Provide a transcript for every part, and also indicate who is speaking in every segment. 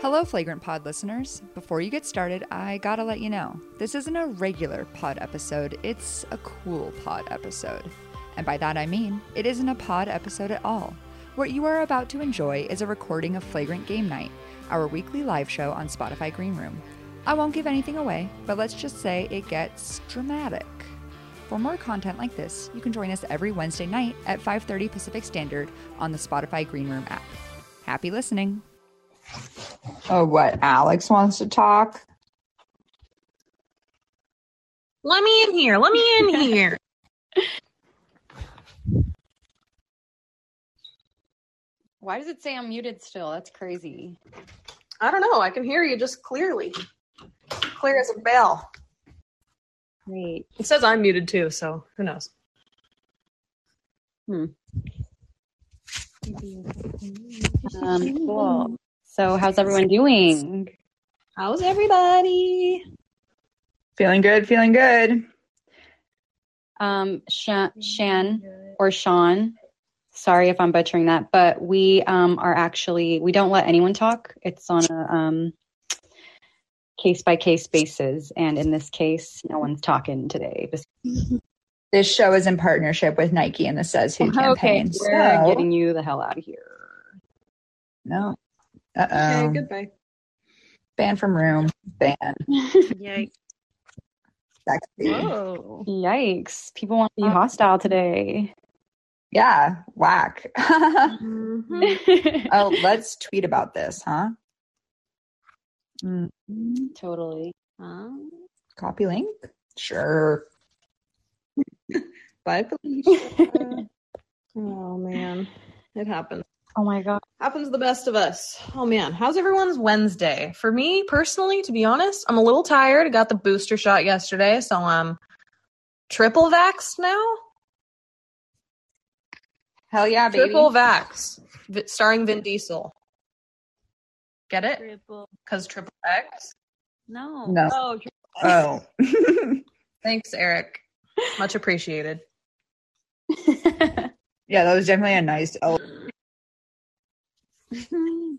Speaker 1: Hello, Flagrant Pod listeners. Before you get started, I gotta let you know this isn't a regular pod episode, it's a cool pod episode. And by that I mean, it isn't a pod episode at all. What you are about to enjoy is a recording of Flagrant Game Night, our weekly live show on Spotify Green Room. I won't give anything away, but let's just say it gets dramatic. For more content like this, you can join us every Wednesday night at 5:30 Pacific Standard on the Spotify Green Room app. Happy listening. Oh, what? Alex wants to talk?
Speaker 2: Let me in here. Let me in here.
Speaker 3: Why does it say I'm muted still? That's crazy.
Speaker 2: I don't know. I can hear you just clearly. Clear as a bell.
Speaker 3: Great.
Speaker 2: It says I'm muted too, so who knows?
Speaker 3: Um, cool. So, how's everyone doing?
Speaker 2: How's everybody?
Speaker 1: Feeling good, feeling good.
Speaker 3: Um, Shan, Shan or Sean, sorry if I'm butchering that, but we um, are actually, we don't let anyone talk. It's on a um, case by case basis. And in this case, no one's talking today. bes-
Speaker 1: This show is in partnership with Nike and the Says Who campaign.
Speaker 3: Oh, Okay, we're
Speaker 1: so-
Speaker 3: getting you the hell out of here.
Speaker 1: no. Uh oh.
Speaker 2: goodbye.
Speaker 1: Ban from room. Ban.
Speaker 2: Yay.
Speaker 1: Sexy.
Speaker 2: Whoa.
Speaker 3: Yikes. People want to be hostile today.
Speaker 1: Yeah. Whack. oh,
Speaker 3: hmm.
Speaker 2: Mhm.
Speaker 1: let's tweet about this, huh? Mm,
Speaker 3: totally.
Speaker 2: Um,
Speaker 1: Copy link? Sure. but
Speaker 2: oh man. It happens.
Speaker 3: Oh my god.
Speaker 2: Happens to the best of us. Oh man. How's everyone's Wednesday? For me personally, to be honest, I'm a little tired. I got the booster shot yesterday, so I'm triple vaxxed now.
Speaker 1: hell yeah, baby.
Speaker 2: Triple Vax, v- starring Vin Diesel. Get it?
Speaker 4: Triple.
Speaker 2: Because Triple X.
Speaker 4: No.
Speaker 1: No.
Speaker 4: Oh, tri-
Speaker 1: Oh.
Speaker 2: Thanks, Eric. Much appreciated.
Speaker 1: yeah, that was definitely a nice. Oh.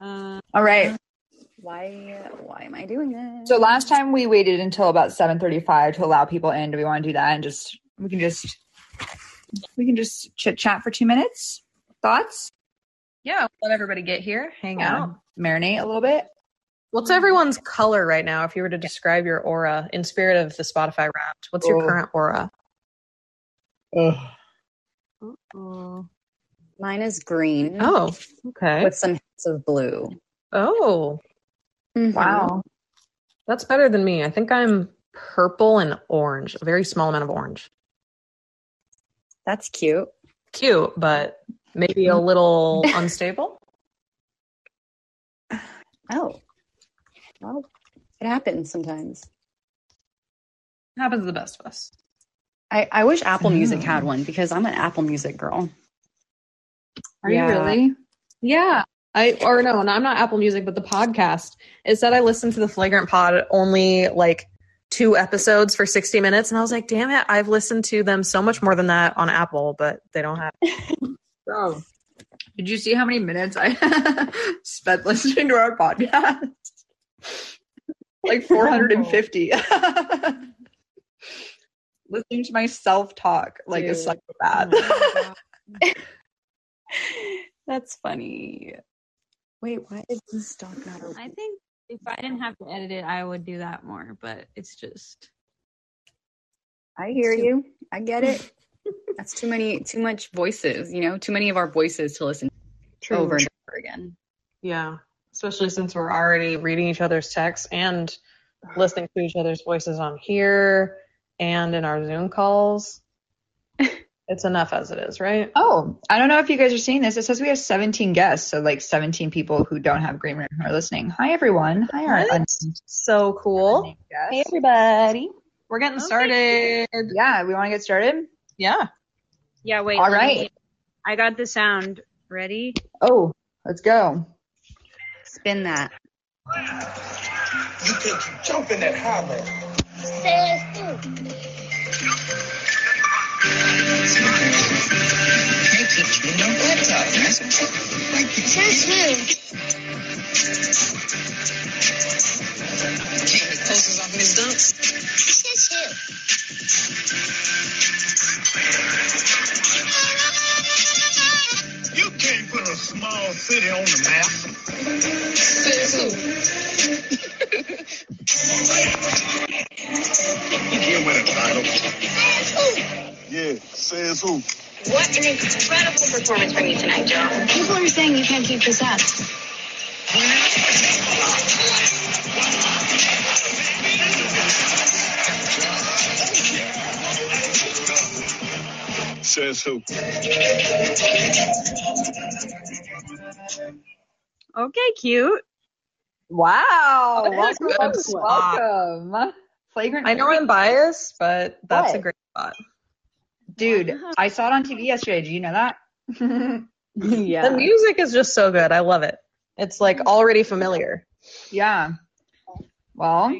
Speaker 4: uh,
Speaker 1: All right.
Speaker 3: why why am I doing this?
Speaker 1: So last time we waited until about 7:35 to allow people in. Do we want to do that and just we can just we can just chit chat for 2 minutes? Thoughts?
Speaker 2: Yeah, let everybody get here, hang
Speaker 1: Yeah.
Speaker 2: out.
Speaker 1: Marinate a little bit.
Speaker 2: What's everyone's color right now? If you were to describe your aura in spirit of the Spotify Wrapped, what's your
Speaker 1: Oh.
Speaker 2: current aura?
Speaker 4: oh.
Speaker 3: Mine is green
Speaker 2: Oh, okay.
Speaker 3: with some hints of blue.
Speaker 2: oh,
Speaker 1: Wow.
Speaker 2: that's better than me. I think I'm purple and orange, a very small amount of orange.
Speaker 3: That's cute.
Speaker 2: Cute, but maybe a little unstable.
Speaker 3: Oh. Well, it happens sometimes.
Speaker 2: Happens to the best of us.
Speaker 3: I, I wish Apple Music had one because I'm an Apple Music girl.
Speaker 2: Are you really? Yeah. I or no, no, I'm not Apple Music, but the podcast. It said I listened to the Flagrant Pod only like two episodes for 60 minutes, and I was like, damn it, I've listened to them so much more than that on Apple, but they don't have.
Speaker 1: Oh. Did you see how many minutes I spent listening to our podcast? like 450. listening to myself talk like a
Speaker 3: Dude.
Speaker 1: psychopath.
Speaker 2: Mm-hmm.
Speaker 3: That's funny. Wait, why is this doc not open?
Speaker 4: I think if I didn't have to edit it, I would do that more, but it's just.
Speaker 3: I hear you. I get it. That's too many, too much voices. You know, too many of our voices to listen
Speaker 2: True.
Speaker 3: over and over again.
Speaker 2: Yeah. Especially since we're already reading each other's texts and listening to each other's voices on here and in our Zoom calls. It's enough as it is, right?
Speaker 1: Oh, I don't know if you guys are seeing this. It says we have 17 guests, so like 17 people who don't have green room are listening. Hi everyone. Hi our
Speaker 2: What?
Speaker 1: unnamed-
Speaker 2: So cool.
Speaker 1: unnamed guests.
Speaker 2: everybody. We're getting
Speaker 4: Okay.
Speaker 2: started.
Speaker 1: Yeah, we want to get started.
Speaker 2: Yeah.
Speaker 4: Yeah, wait.
Speaker 1: All
Speaker 4: let me
Speaker 1: right.
Speaker 4: get- I got the sound ready.
Speaker 1: Oh, let's go.
Speaker 3: Spin that.
Speaker 5: You think you jump in that holler. Says who?
Speaker 6: Take the posters off of his dumps.
Speaker 5: Yes, you.
Speaker 7: You can't put a small city on the map.
Speaker 6: Says who?
Speaker 7: You can't win a title. Yeah, says who?
Speaker 5: What an incredible performance from you tonight, Joe. People are saying you can't keep this up.
Speaker 7: Says who?
Speaker 4: Okay, cute.
Speaker 2: Wow.
Speaker 4: That's
Speaker 2: welcome,
Speaker 4: a good one.
Speaker 2: welcome.
Speaker 1: Flagrant.
Speaker 2: I know I'm biased, but that's a
Speaker 1: What?
Speaker 2: great spot.
Speaker 1: Dude, I saw it on TV yesterday. Do you know that?
Speaker 2: The
Speaker 4: yeah.
Speaker 2: music is just so good. I love it. It's like already familiar.
Speaker 1: Yeah. Well,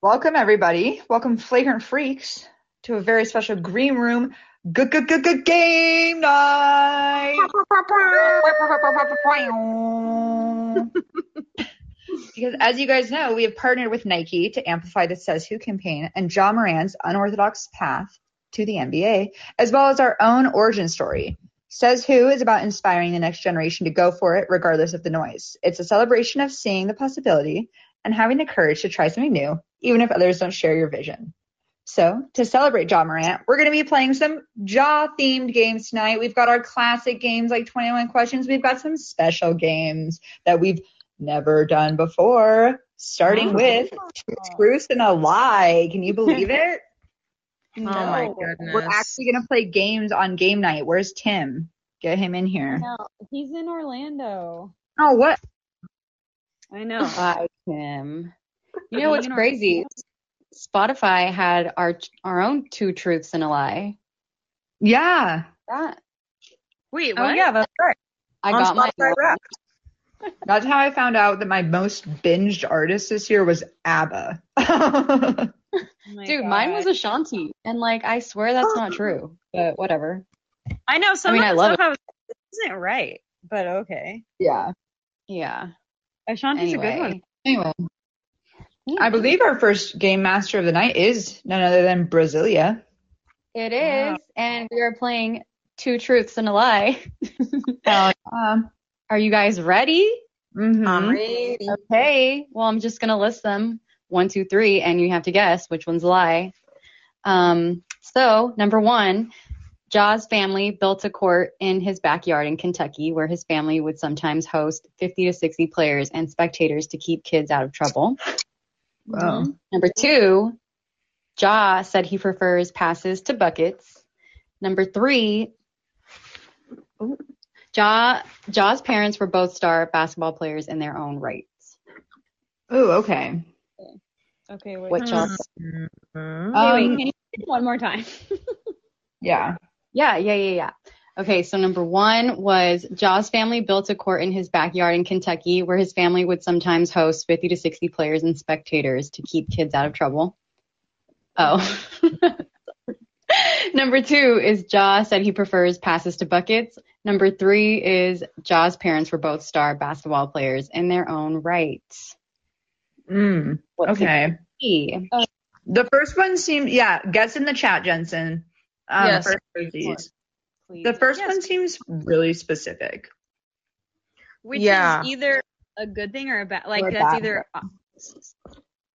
Speaker 1: welcome everybody. Welcome flagrant freaks to a very special green room good good good good game night. because as you guys know, we have partnered with Nike to amplify the Says Who campaign and John Moran's unorthodox path to the NBA, as well as our own origin story. Says Who is about inspiring the next generation to go for it regardless of the noise. It's a celebration of seeing the possibility and having the courage to try something new, even if others don't share your vision. So, to celebrate Jaw Morant, we're going to be playing some Jaw themed games tonight. We've got our classic games like 21 Questions. We've got some special games that we've never done before, starting with Truth and a Lie. Can you believe it?
Speaker 2: Oh my
Speaker 4: No.
Speaker 2: goodness.
Speaker 1: We're actually going to play games on game night. Where's Tim? Get him in here.
Speaker 4: No, he's in Orlando.
Speaker 1: Oh, what?
Speaker 4: I know.
Speaker 3: Bye, Tim. You know
Speaker 4: Are
Speaker 3: what's
Speaker 4: you in
Speaker 3: crazy? Spotify had our our own two truths and a lie.
Speaker 1: Yeah.
Speaker 3: That
Speaker 4: Wait,
Speaker 2: oh yeah, that's right.
Speaker 3: I
Speaker 2: On
Speaker 3: got my
Speaker 2: Spotify Wrapped.
Speaker 1: That's how I found out that my most binged artist this year was ABBA.
Speaker 4: Oh my
Speaker 3: dude. Mine was
Speaker 4: God.
Speaker 3: Ashanti, and like I swear that's not true, but whatever.
Speaker 4: I know. Some
Speaker 3: I mean,
Speaker 4: of
Speaker 3: I
Speaker 4: the
Speaker 3: love
Speaker 4: stuff I was, this isn't right, but okay.
Speaker 1: yeah.
Speaker 3: Yeah.
Speaker 4: Ashanti's a good one.
Speaker 3: Anyway,
Speaker 1: Anyway, I believe our first game master of the night is none other than Brasilia.
Speaker 3: it
Speaker 4: Wow.
Speaker 3: is, and we are playing two truths and a lie.
Speaker 1: Um,
Speaker 3: Are you guys ready?
Speaker 1: mhm.
Speaker 3: Okay, well, I'm just gonna list them one, two, three, and you have to guess which one's a lie. Um, so, number one, Jaws' family built a court in his backyard in Kentucky where his family would sometimes host 50 to 60 players and spectators to keep kids out of trouble.
Speaker 1: Wow.
Speaker 2: Mm-hmm.
Speaker 3: Number two, Jaw said he prefers passes to buckets. Number three, ooh, Jaw, Jaw's parents were both star basketball players in their own rights.
Speaker 4: mm-hmm.
Speaker 1: Ooh, okay.
Speaker 4: Okay, wait.
Speaker 3: What Jaw said.
Speaker 2: Mhm.
Speaker 4: Mm-hmm. Wait,
Speaker 1: Um,
Speaker 4: wait, can you do it one more time?
Speaker 1: yeah.
Speaker 3: Yeah, yeah, yeah, yeah. Okay, so number one was Jaw's family built a court in his backyard in Kentucky where his family would sometimes host 50 to 60 players and spectators to keep kids out of trouble. Oh. number two is Jaw said he prefers passes to buckets. Number three is Jaw's parents were both star basketball players in their own right.
Speaker 1: Mm,
Speaker 3: What's it
Speaker 1: okay.
Speaker 3: be?
Speaker 1: The first one seemed, yeah, guess in the chat, Jensen. Um,
Speaker 2: Yes.
Speaker 1: for these.
Speaker 3: Please.
Speaker 1: The first
Speaker 4: Yes.
Speaker 1: one seems really specific.
Speaker 4: Which
Speaker 2: Yeah.
Speaker 4: is either a good thing or a bad. Like
Speaker 1: Or a
Speaker 4: that's
Speaker 1: bad
Speaker 4: either.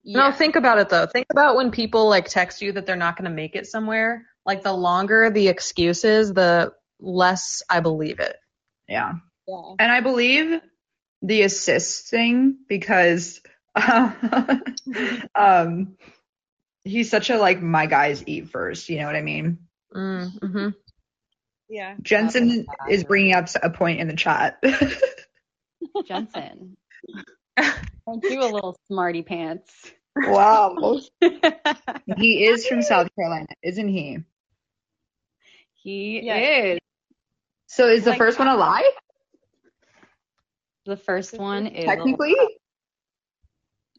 Speaker 2: No, think about it though. Think about when people like text you that they're not going to make it somewhere. Like the longer the excuse is, the less I believe it.
Speaker 1: Yeah.
Speaker 4: Yeah.
Speaker 1: And I believe the assist thing because um he's such a like my guys eat first, you know what I mean?
Speaker 2: Mm-hmm.
Speaker 4: Yeah.
Speaker 1: Jensen is bringing up a point in the chat.
Speaker 3: Jensen. Don't do a little smarty pants.
Speaker 1: wow. he is from South Carolina, isn't he?
Speaker 3: He
Speaker 4: Yeah.
Speaker 3: is.
Speaker 1: So is the
Speaker 4: Like-
Speaker 1: first one a lie?
Speaker 3: The first one is
Speaker 1: Technically?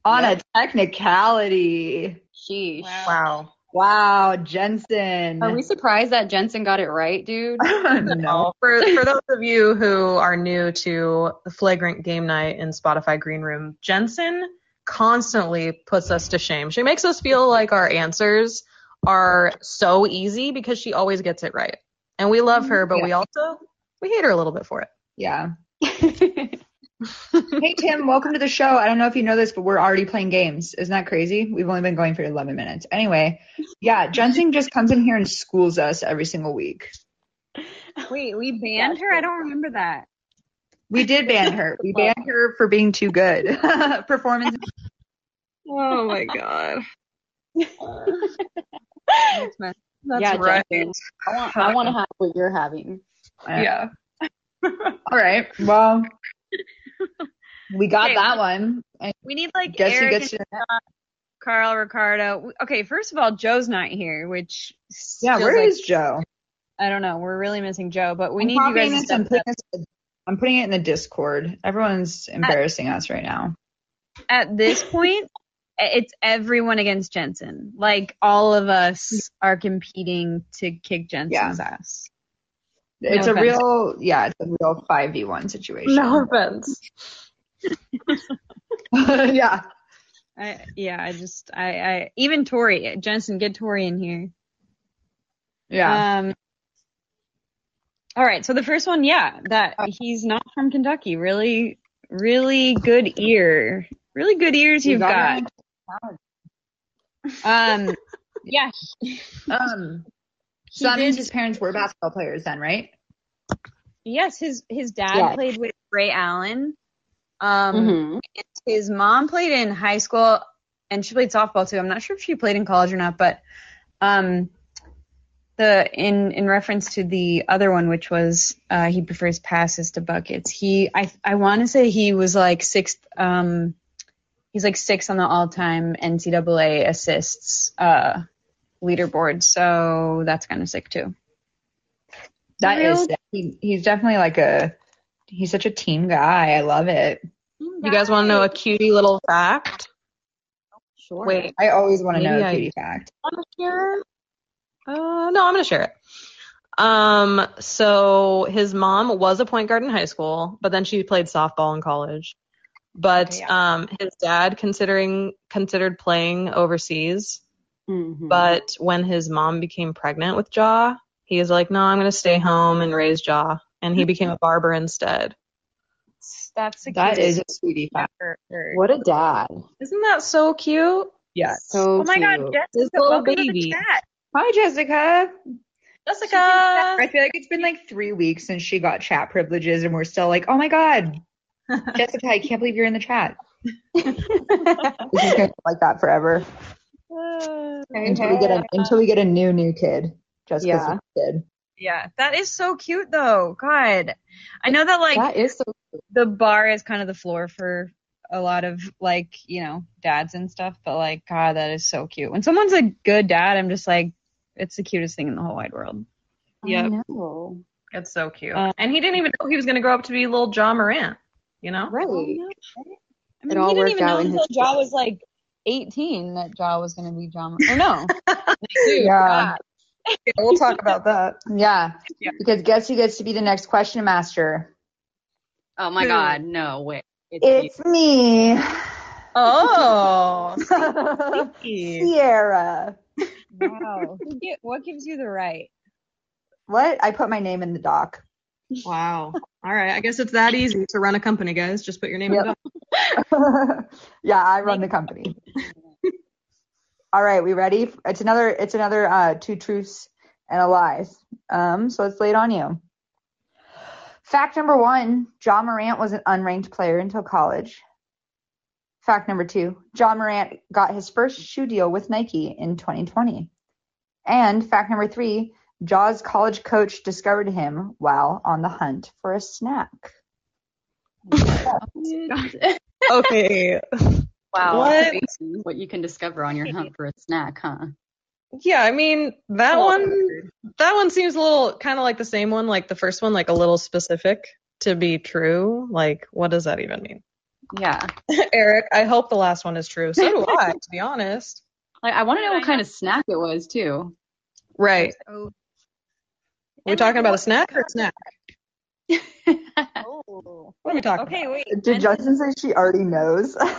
Speaker 1: On a technicality.
Speaker 3: Sheesh.
Speaker 4: Wow.
Speaker 2: Wow.
Speaker 1: Wow, Jensen.
Speaker 3: Are we surprised that Jensen got it right, dude?
Speaker 1: no.
Speaker 2: For for those of you who are new to the flagrant game night in Spotify Green Room, Jensen constantly puts us to shame. She makes us feel like our answers are so easy because she always gets it right. And we love her, but we also we hate her a little bit for it.
Speaker 1: Yeah. Hey, Tim, welcome to the show. I don't know if you know this, but we're already playing games. Isn't that crazy? We've only been going for 11 minutes. Anyway, yeah, Jensen just comes in here and schools us every single week.
Speaker 4: Wait, we banned her? I don't remember that.
Speaker 1: We did ban her. We banned her for being too good. Performance.
Speaker 2: Oh my god.
Speaker 4: That's my-
Speaker 2: That's
Speaker 3: Yeah,
Speaker 2: right.
Speaker 3: Jensen. I want, I want to have what you're having.
Speaker 2: Yeah.
Speaker 1: All right. Well, we got that one. I
Speaker 4: We need like
Speaker 1: guess
Speaker 4: Eric
Speaker 1: who gets to.
Speaker 4: and Carl Ricardo. We- Okay, first of all, Joe's not here, which s-
Speaker 1: Yeah,
Speaker 4: feels
Speaker 1: where
Speaker 4: like-
Speaker 1: is Joe?
Speaker 4: I don't know. We're really missing Joe, but we
Speaker 1: I'm
Speaker 4: need you
Speaker 1: copying
Speaker 4: guys.
Speaker 1: this
Speaker 4: To
Speaker 1: and
Speaker 4: step
Speaker 1: putting
Speaker 4: up.
Speaker 1: this- I'm putting it in the Discord. Everyone's embarrassing us right now.
Speaker 4: At this point, it's everyone against Jensen. Like all of us are competing to kick Jensen's ass.
Speaker 1: It's a
Speaker 4: offense.
Speaker 1: real, yeah, it's a real five v one situation.
Speaker 2: No offense.
Speaker 1: yeah.
Speaker 4: I, yeah, I just I, I even Tori Jensen get Tori in here.
Speaker 1: Yeah.
Speaker 4: Um, all right. So the first one, yeah, that he's not from Kentucky. Really, really good ear. Really good ears
Speaker 1: You
Speaker 4: you've got.
Speaker 1: got
Speaker 4: Um, yeah,
Speaker 1: Um, so that
Speaker 4: did-
Speaker 1: means his parents were basketball players then, right?
Speaker 4: yes. His his dad
Speaker 3: Yeah.
Speaker 4: played with Ray Allen. Um,
Speaker 1: Mm-hmm.
Speaker 3: Mhm.
Speaker 4: his mom played in high school and she played softball too. I'm not sure if she played in college or not, but um, the in in reference to the other one, which was uh, he prefers passes to buckets. He I I want to say he was like sixth. Um, he's like sixth on the all time NCAA assists uh, leaderboard. So that's kind of sick too.
Speaker 1: That is.
Speaker 4: Real-
Speaker 1: He, he's definitely like a. He's such a team guy. I love it.
Speaker 2: You guys want to know a cutie little fact?
Speaker 3: Sure.
Speaker 2: Wait,
Speaker 1: I always want to know
Speaker 2: Maybe
Speaker 1: a
Speaker 2: I-
Speaker 1: cutie fact.
Speaker 2: want to share? Uh, no, I'm going to share it. Um, so his mom was a point guard in high school, but then she played softball in college. But
Speaker 4: Okay,
Speaker 2: um, his dad considering considered playing overseas,
Speaker 4: Mm-hmm.
Speaker 3: Mhm.
Speaker 2: but when his mom became pregnant with Jaw, he was like, "No, I'm going to stay home and raise Jaw," and he became a barber instead.
Speaker 4: That's a
Speaker 1: That
Speaker 4: cute
Speaker 1: is a sweetie fact.
Speaker 4: answer.
Speaker 3: what a dad.
Speaker 2: Isn't that so cute?
Speaker 1: Yes.
Speaker 3: So
Speaker 4: Oh my
Speaker 3: cute.
Speaker 4: God, Jessica,
Speaker 2: This little
Speaker 4: welcome to the
Speaker 2: baby.
Speaker 4: chat.
Speaker 1: Hi, Jessica.
Speaker 2: Jessica.
Speaker 1: I feel like it's been like three weeks since she got chat privileges, and we're still like, oh my god, Jessica, I can't believe you're in the chat. this is gonna be like that forever until we get a, until we get a new new kid. Jessica's
Speaker 3: Yeah.
Speaker 1: a kid.
Speaker 4: Yeah, that is so cute though. God. I know that like
Speaker 3: that is so
Speaker 4: the bar is kind of the floor for a lot of like, you know, dads and stuff, but like god, that is so cute. When someone's a good dad, I'm just like it's the cutest thing in the whole wide world.
Speaker 2: Yep.
Speaker 3: I know.
Speaker 2: It's so cute.
Speaker 4: Uh,
Speaker 2: and he didn't even know he was going to grow up to be little Jaw Morant, you know?
Speaker 3: Right.
Speaker 4: I mean,
Speaker 3: all
Speaker 4: he didn't
Speaker 3: worked
Speaker 4: even know
Speaker 3: out in
Speaker 4: until
Speaker 3: his
Speaker 4: Jaw
Speaker 3: favor.
Speaker 4: was like 18 that Jaw was going to be Jaw. Or no.
Speaker 1: Yeah.
Speaker 2: We'll talk about that.
Speaker 1: yeah,
Speaker 2: Yeah.
Speaker 1: Because guess who gets to be the next question master?
Speaker 3: Oh my
Speaker 2: Who?
Speaker 3: god, no way. It's you.
Speaker 1: It's me,
Speaker 2: Oh.
Speaker 1: Sierra.
Speaker 4: wow. Who gi- What gives you the right?
Speaker 1: What? I put my name in the doc.
Speaker 2: wow. All right. I guess it's that easy to run a company, guys. Just put your name
Speaker 1: Yep.
Speaker 2: in
Speaker 1: yeah, I run the company. All right, we ready? It's another. It's another uh, two truths and a lie. Um, so it's laid on you. Fact number one: John Morant was an unranked player until college. Fact number two: John Morant got his first shoe deal with Nike in 2020. And fact number three: Jaw's college coach discovered him while on the hunt for a snack.
Speaker 2: the Okay.
Speaker 3: Wow.
Speaker 2: What?
Speaker 3: Amazing what you can discover on your hunt for a snack, huh?
Speaker 2: Yeah, I mean, that one that one seems a little kind of like the same one like the first one like a little specific to be true. Like what does that even mean?
Speaker 3: Yeah.
Speaker 2: Eric, I hope the last one is true. So do I, to be honest.
Speaker 3: Like I want to know what kind of snack it was too.
Speaker 2: Right.
Speaker 4: Oh,
Speaker 2: Are we talking about a snack or a snack?
Speaker 4: oh.
Speaker 2: What are we talking
Speaker 4: Okay, wait.
Speaker 1: Did Jensen say she already knows?
Speaker 2: about?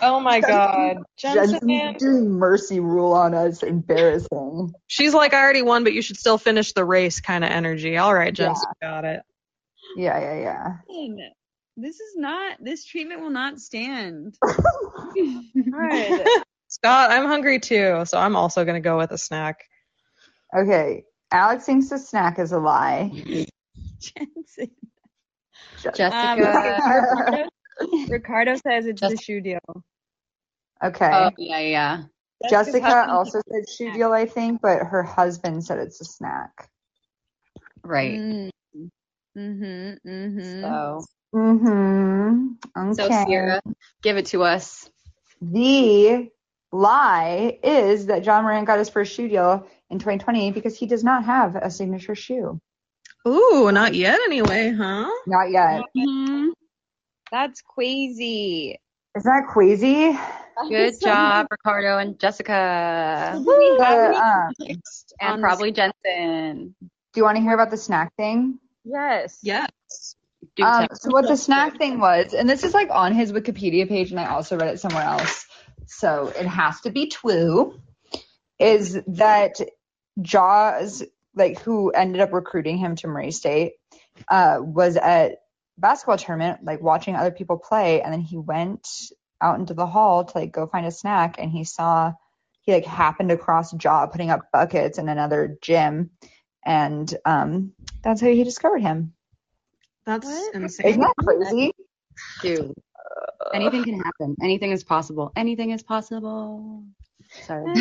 Speaker 2: Oh my god. Jensen.
Speaker 1: Jensen's doing mercy rule on us. Embarrassing.
Speaker 2: She's like, I already won, but you should still finish the race kind of energy. All right, Jensen, got it.
Speaker 1: Yeah, yeah, yeah.
Speaker 4: Listen, This is not. This treatment will not stand.
Speaker 2: Scott, I'm hungry too, so I'm also gonna go with a snack.
Speaker 1: Okay. Alex thinks the snack is a lie.
Speaker 4: Jensen.
Speaker 3: Jessica.
Speaker 4: Uh, Ricardo says it's
Speaker 3: Just-
Speaker 4: the shoe deal.
Speaker 1: okay.
Speaker 3: oh yeah, yeah.
Speaker 1: Jessica also said shoe deal, I think, but her husband said it's a snack.
Speaker 3: Right.
Speaker 4: Mm. Mm-hmm. Mm-hmm.
Speaker 3: So
Speaker 1: Mm-hmm. Okay.
Speaker 3: so Sierra, give it to us.
Speaker 1: The lie is that John Moran got his first shoe deal in 2020 because he does not have a signature shoe.
Speaker 2: Ooh, not yet anyway, huh?
Speaker 1: Not yet.
Speaker 3: Mm-hmm.
Speaker 4: That's crazy.
Speaker 1: Is that crazy?
Speaker 3: Good job, Ricardo and Jessica.
Speaker 1: The, um,
Speaker 3: And probably Jensen.
Speaker 1: do you want to hear about the snack thing?
Speaker 4: Yes.
Speaker 2: Yes.
Speaker 3: Do
Speaker 1: Um,
Speaker 3: tell.
Speaker 1: so what the snack thing was, and this is like on his Wikipedia page, and I also read it somewhere else, so it has to be true, is that Jaws, like who ended up recruiting him to Murray State, uh, was at basketball tournament, like watching other people play, and then he went out into the hall to like go find a snack, and he saw he like happened across Jaw putting up buckets in another gym, and um, that's how he discovered him.
Speaker 2: That's
Speaker 4: What?
Speaker 2: insane.
Speaker 1: Isn't that crazy?
Speaker 3: Dude, anything can happen. Anything is possible. Anything is possible. Sorry.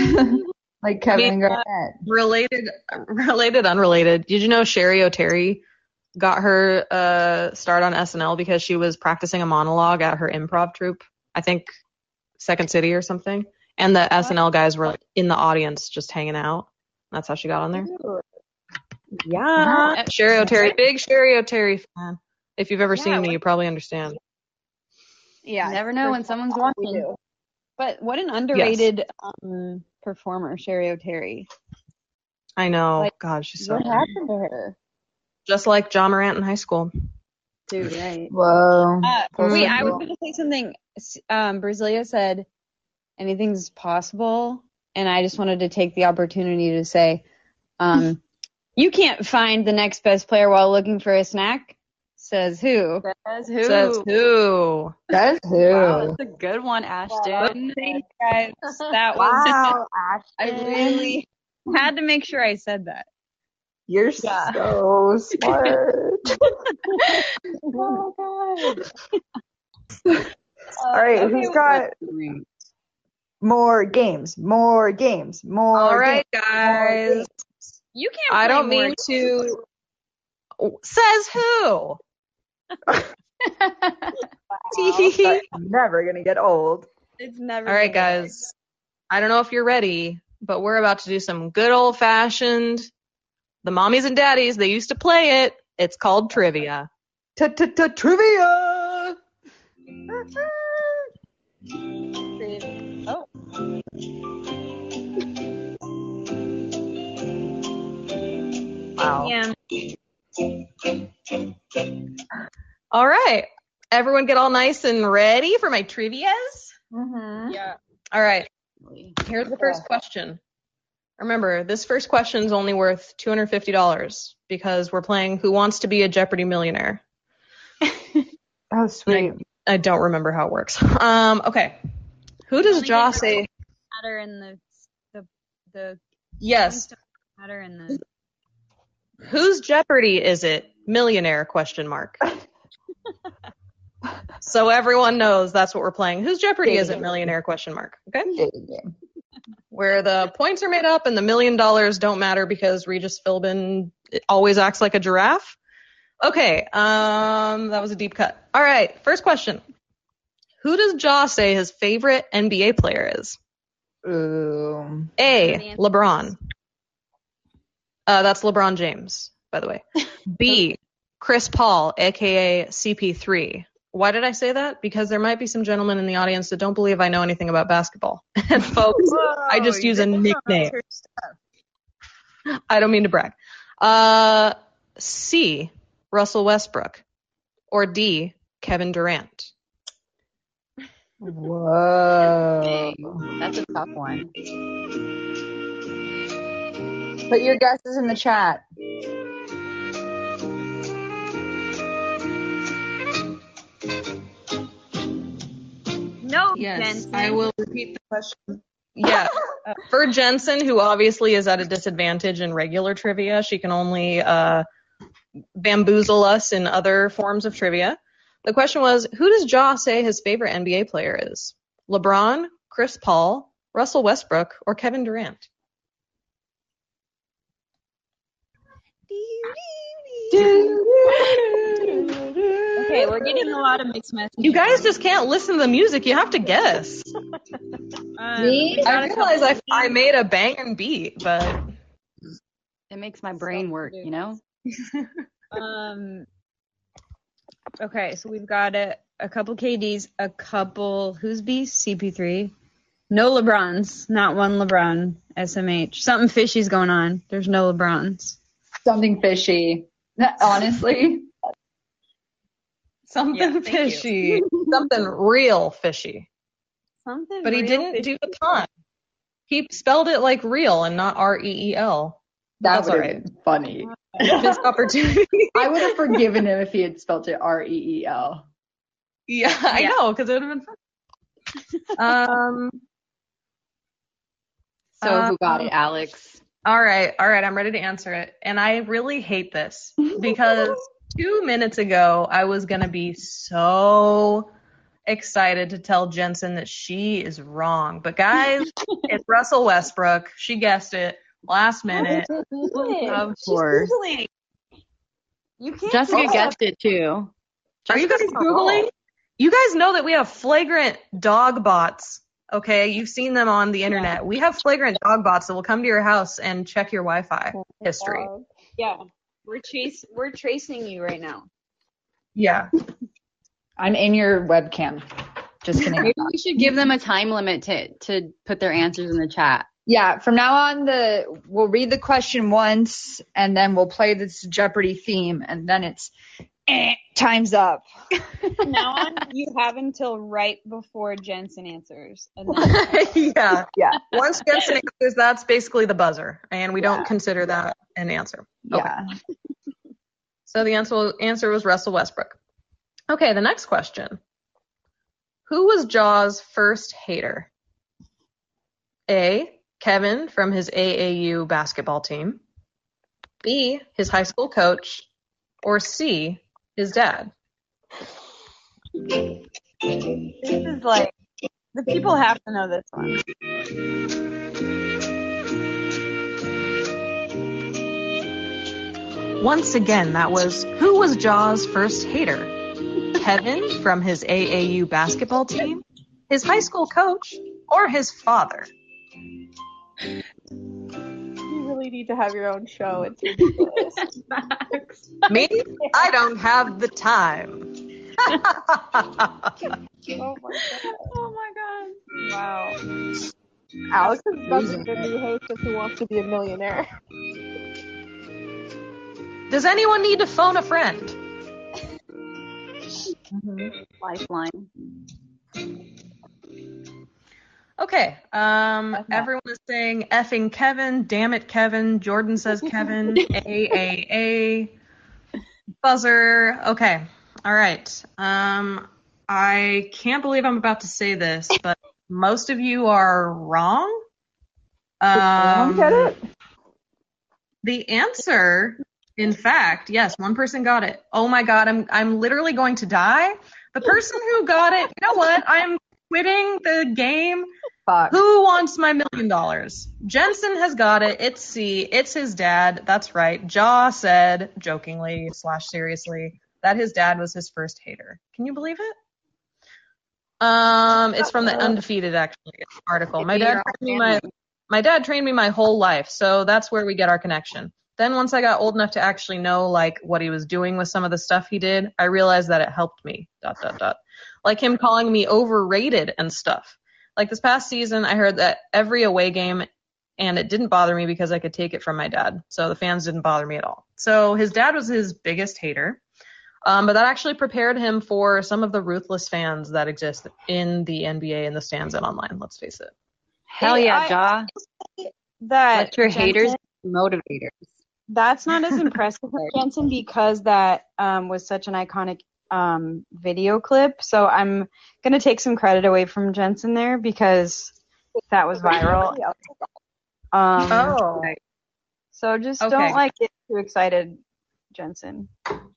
Speaker 1: like Kevin
Speaker 2: mean, uh,
Speaker 1: Garnett.
Speaker 2: related related unrelated did you know sherry o'terry got her uh start on snl because she was practicing a monologue at her improv troupe i think second city or something and the snl guys were like, in the audience just hanging out that's how she got on there yeah sherry o'terry big sherry o'terry fan if you've ever seen me you probably understand
Speaker 4: Yeah.
Speaker 3: You never know when someone's
Speaker 4: we
Speaker 3: watching.
Speaker 4: do. But what an underrated um, performer, Sherry O'Terry.
Speaker 2: i know
Speaker 4: Like,
Speaker 2: god she's so
Speaker 4: What happened to her?
Speaker 2: just like john morant in high school
Speaker 3: Dude, right.
Speaker 1: Whoa.
Speaker 4: Uh,
Speaker 1: Those
Speaker 4: wait,
Speaker 1: are
Speaker 4: I was
Speaker 1: cool.
Speaker 4: going to say something. S- Um, Brasilia said, anything's possible. And I just wanted to take the opportunity to say, um, you can't find the next best player while looking for a snack. Says who?
Speaker 3: Says who?
Speaker 2: says who
Speaker 1: That's who.
Speaker 3: Wow,
Speaker 1: Wow.
Speaker 3: that's a good one, Ashton.
Speaker 4: Thanks, guys. That was. I
Speaker 1: Ashton.
Speaker 4: really had to make sure I said that.
Speaker 1: You're
Speaker 4: Yeah.
Speaker 1: so smart.
Speaker 4: Oh my god. Uh,
Speaker 1: All right, who's got more games? More games. More
Speaker 2: all right
Speaker 1: games.
Speaker 2: guys
Speaker 4: You can't.
Speaker 2: I
Speaker 4: play
Speaker 2: don't
Speaker 4: more
Speaker 2: mean to. Says who?
Speaker 1: That's never gonna get old.
Speaker 4: It's never.
Speaker 2: All right,
Speaker 4: gonna work.
Speaker 2: guys. I don't know if you're ready, but we're about to do some good old fashioned. The mommies and daddies, they used to play it. It's called trivia.
Speaker 1: Trivia.
Speaker 2: Wow.
Speaker 4: Yeah.
Speaker 2: All right. Everyone get all nice and ready for my trivias?
Speaker 1: Mm-hmm.
Speaker 2: All right. Here's the first question. Remember, this first question is only worth $250 because we're playing Who Wants to Be a Jeopardy Millionaire.
Speaker 1: Oh, sweet.
Speaker 2: I don't remember how it works. Um, okay. Who does
Speaker 4: Only
Speaker 2: Jaw
Speaker 4: if it's
Speaker 2: say?
Speaker 4: Matter in the the the
Speaker 2: Yes.
Speaker 4: matter in the.
Speaker 2: Whose Jeopardy is it? Millionaire question mark. so everyone knows that's what we're playing. Whose Jeopardy is it? Millionaire question mark. Okay.
Speaker 1: Dating game.
Speaker 2: Where the points are made up and the million dollars don't matter because Regis Philbin always acts like a giraffe. Okay. Um, that was a deep cut. All right. First question. Who does Jaw say his favorite NBA player is?
Speaker 1: Ooh.
Speaker 2: A. LeBron. Uh, that's LeBron James, by the way. B. Chris Paul, aka CP3. Why did I say that? Because there might be some gentlemen in the audience that don't believe I know anything about basketball. And folks, I just use a nickname. I don't mean to brag. Uh, C. Russell Westbrook, or D. Kevin Durant.
Speaker 1: Whoa.
Speaker 3: That's a tough one.
Speaker 1: Put your guesses in the chat.
Speaker 4: No,
Speaker 2: Yes,
Speaker 4: Jensen.
Speaker 2: I will repeat the question. Yeah. Uh, for Jensen, who obviously is at a disadvantage in regular trivia, she can only uh, bamboozle us in other forms of trivia. The question was Who does Jaw say his favorite NBA player is? LeBron, Chris Paul, Russell Westbrook, or Kevin Durant?
Speaker 4: Okay, we're getting a lot of mixed messages.
Speaker 2: You guys just can't listen to the music. You have to guess.
Speaker 4: Um,
Speaker 1: Me?
Speaker 4: we got
Speaker 2: I
Speaker 4: a
Speaker 2: realize I,
Speaker 4: couple-
Speaker 2: I made a banging beat, but
Speaker 3: It makes my brain work, you know?
Speaker 4: Um, okay, so we've got a, a couple KDs, a couple who's B CP3, no LeBrons, not one LeBron. SMH, something fishy's going on. There's no LeBrons.
Speaker 1: Something fishy. Honestly.
Speaker 2: something
Speaker 4: Yeah, thank you.
Speaker 2: fishy, something real fishy.
Speaker 4: Something,
Speaker 2: But he didn't do the pun. He spelled it like real and not R E E L.
Speaker 1: That
Speaker 2: That's
Speaker 1: would have
Speaker 2: alright.
Speaker 1: been funny.
Speaker 2: Missed opportunity.
Speaker 1: I would have forgiven him if he had spelled it R E E L.
Speaker 2: yeah, I
Speaker 4: Yeah.
Speaker 2: know, because it would have been fun. um.
Speaker 3: So who got it, Alex?
Speaker 2: All right, all right, I'm ready to answer it. And I really hate this because two minutes ago I was gonna be so excited to tell Jensen that she is wrong. But guys, it's Russell Westbrook. She guessed it last minute. Of course.
Speaker 4: You can't.
Speaker 3: Jessica guessed it too.
Speaker 2: Are you guys Googling? You guys know that we have flagrant dog bots. Okay, you've seen them on the internet. We have flagrant dog bots that will come to your house and check your Wi Fi history.
Speaker 4: Yeah, we're chase. We're tracing you right now.
Speaker 2: Yeah.
Speaker 1: I'm in your webcam. Just kidding.
Speaker 3: Maybe we should give them a time limit to to put their answers in the chat.
Speaker 1: yeah, from now on the we'll read the question once and then we'll play this Jeopardy theme and then it's eh, time's up.
Speaker 4: From now on, you have until right before Jensen answers. And
Speaker 2: yeah.
Speaker 1: Yeah.
Speaker 2: Once Jensen answers, that's basically the buzzer, and we don't consider that an answer. Okay.
Speaker 1: Yeah.
Speaker 2: So the answer answer was Russell Westbrook. Okay, the next question. Who was Jaws' first hater? A. Kevin from his AAU basketball team. B. His high school coach. Or C. His dad.
Speaker 4: this is like the people have to know this one.
Speaker 2: Once again, that was who was Jaws' first hater? Kevin from his AAU basketball team, his high school coach, or his father?
Speaker 4: You really need to have your own show. It's ridiculous.
Speaker 2: Me? I don't have the time.
Speaker 4: oh my god. Oh my god. Wow.
Speaker 1: Alex
Speaker 2: Does anyone need to phone a friend?
Speaker 3: Lifeline.
Speaker 2: Okay. Um, everyone is saying effing Kevin. Damn it, Kevin. Jordan says Kevin. A A A. Buzzer. Okay. All right. Um, I can't believe I'm about to say this, but most of you are wrong. Um,
Speaker 1: get it?
Speaker 2: The answer, in fact, yes, one person got it. Oh my god, I'm I'm literally going to die. The person who got it, you know what? I'm quitting the game.
Speaker 1: Fuck.
Speaker 2: Who wants my million dollars? Jensen has got it. It's C. It's his dad. That's right. Jaw said jokingly slash seriously that his dad was his first hater. Can you believe it? Um, it's from the undefeated actually article. My dad, told me my my dad trained me my whole life, so that's where we get our connection. Then once I got old enough to actually know like what he was doing with some of the stuff he did, I realized that it helped me. Dot dot dot. Like him calling me overrated and stuff. Like this past season, I heard that every away game, and it didn't bother me because I could take it from my dad. So the fans didn't bother me at all. So his dad was his biggest hater. Um, but that actually prepared him for some of the ruthless fans that exist in the NBA in the stands and online. Let's face it.
Speaker 3: Hell
Speaker 4: Hey,
Speaker 3: yeah,
Speaker 4: I-
Speaker 3: Ja.
Speaker 4: That
Speaker 3: Let your haters
Speaker 4: Jensen-
Speaker 3: be motivators.
Speaker 4: That's not as impressive as Jensen because that um, was such an iconic um, video clip. So I'm going to take some credit away from Jensen there because that was viral. Um,
Speaker 2: Oh.
Speaker 4: So just
Speaker 2: Okay.
Speaker 4: don't like get too excited, Jensen.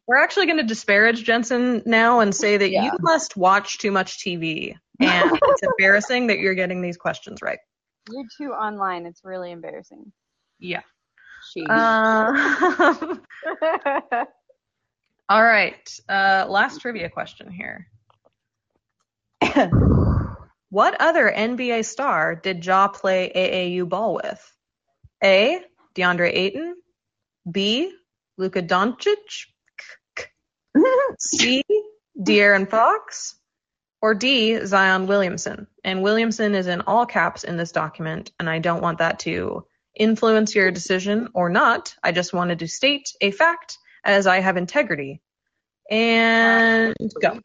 Speaker 2: We're actually going to disparage Jensen now and say that
Speaker 1: Yeah.
Speaker 2: you must watch too much TV. And it's embarrassing that you're getting these questions right.
Speaker 4: You're too online. It's really embarrassing.
Speaker 2: Yeah.
Speaker 3: She.
Speaker 2: Um, all right. Uh, last trivia question here. what other NBA star did Ja play AAU ball with? A. DeAndre Ayton. B. Luka Doncic. C. De'Aaron Fox. Or D. Zion Williamson. And Williamson is in all caps in this document, and I don't want that to influence your decision or not. I just wanted to state a fact as I have integrity. And go.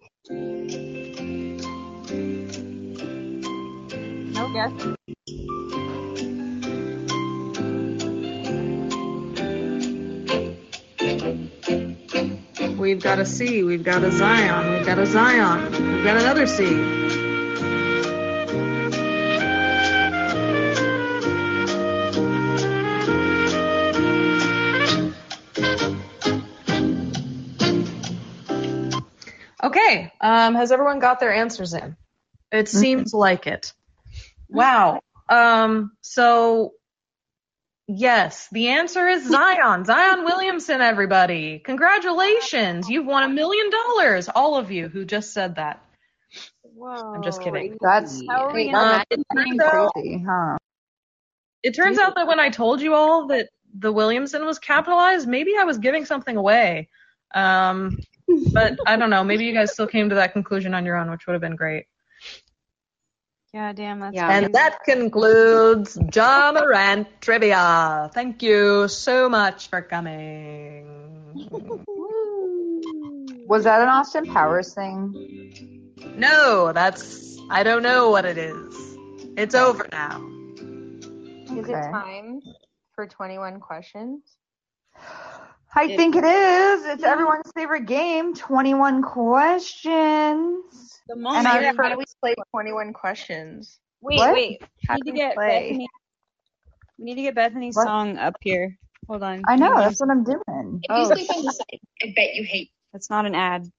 Speaker 4: no guess.
Speaker 2: We've got a C, we've got a Zion, we've got a Zion, we've got another C. Okay, um, has everyone got their answers in? It seems like it. Wow. Um, so Yes, the answer is Zion. Zion Williamson, everybody. Congratulations. You've won a million dollars, all of you who just said that.
Speaker 4: Whoa.
Speaker 2: I'm just kidding.
Speaker 1: That's
Speaker 4: How are we
Speaker 1: wait,
Speaker 4: gonna
Speaker 1: that's
Speaker 2: match
Speaker 1: pretty
Speaker 2: that?
Speaker 1: crazy, huh?
Speaker 2: It turns out that when I told you all that the Williamson was capitalized, maybe I was giving something away. Um, but I don't know. Maybe you guys still came to that conclusion on your own, which would have been great.
Speaker 4: Yeah, damn. That's
Speaker 3: Yeah.
Speaker 2: And that concludes John Morant Trivia. Thank you so much for coming.
Speaker 1: Was that an Austin Powers thing?
Speaker 2: No, that's I don't know what it is. It's over now.
Speaker 8: Is it
Speaker 1: Okay.
Speaker 8: time for 21 questions?
Speaker 1: I think it is. It's everyone's favorite game, 21 questions.
Speaker 8: The
Speaker 1: And
Speaker 8: moment.
Speaker 1: I
Speaker 8: Yeah,
Speaker 1: refer-
Speaker 8: how do we play 21 questions?
Speaker 4: Wait,
Speaker 1: What?
Speaker 4: wait.
Speaker 8: How
Speaker 4: We need to
Speaker 8: do we
Speaker 4: get
Speaker 8: play?
Speaker 4: Bethany. We need to get Bethany's
Speaker 1: What?
Speaker 4: song up here. Hold on.
Speaker 1: I know, that's what I'm doing.
Speaker 9: If
Speaker 4: Oh,
Speaker 9: you sleep on the side, I bet you hate.
Speaker 4: That's not an ad.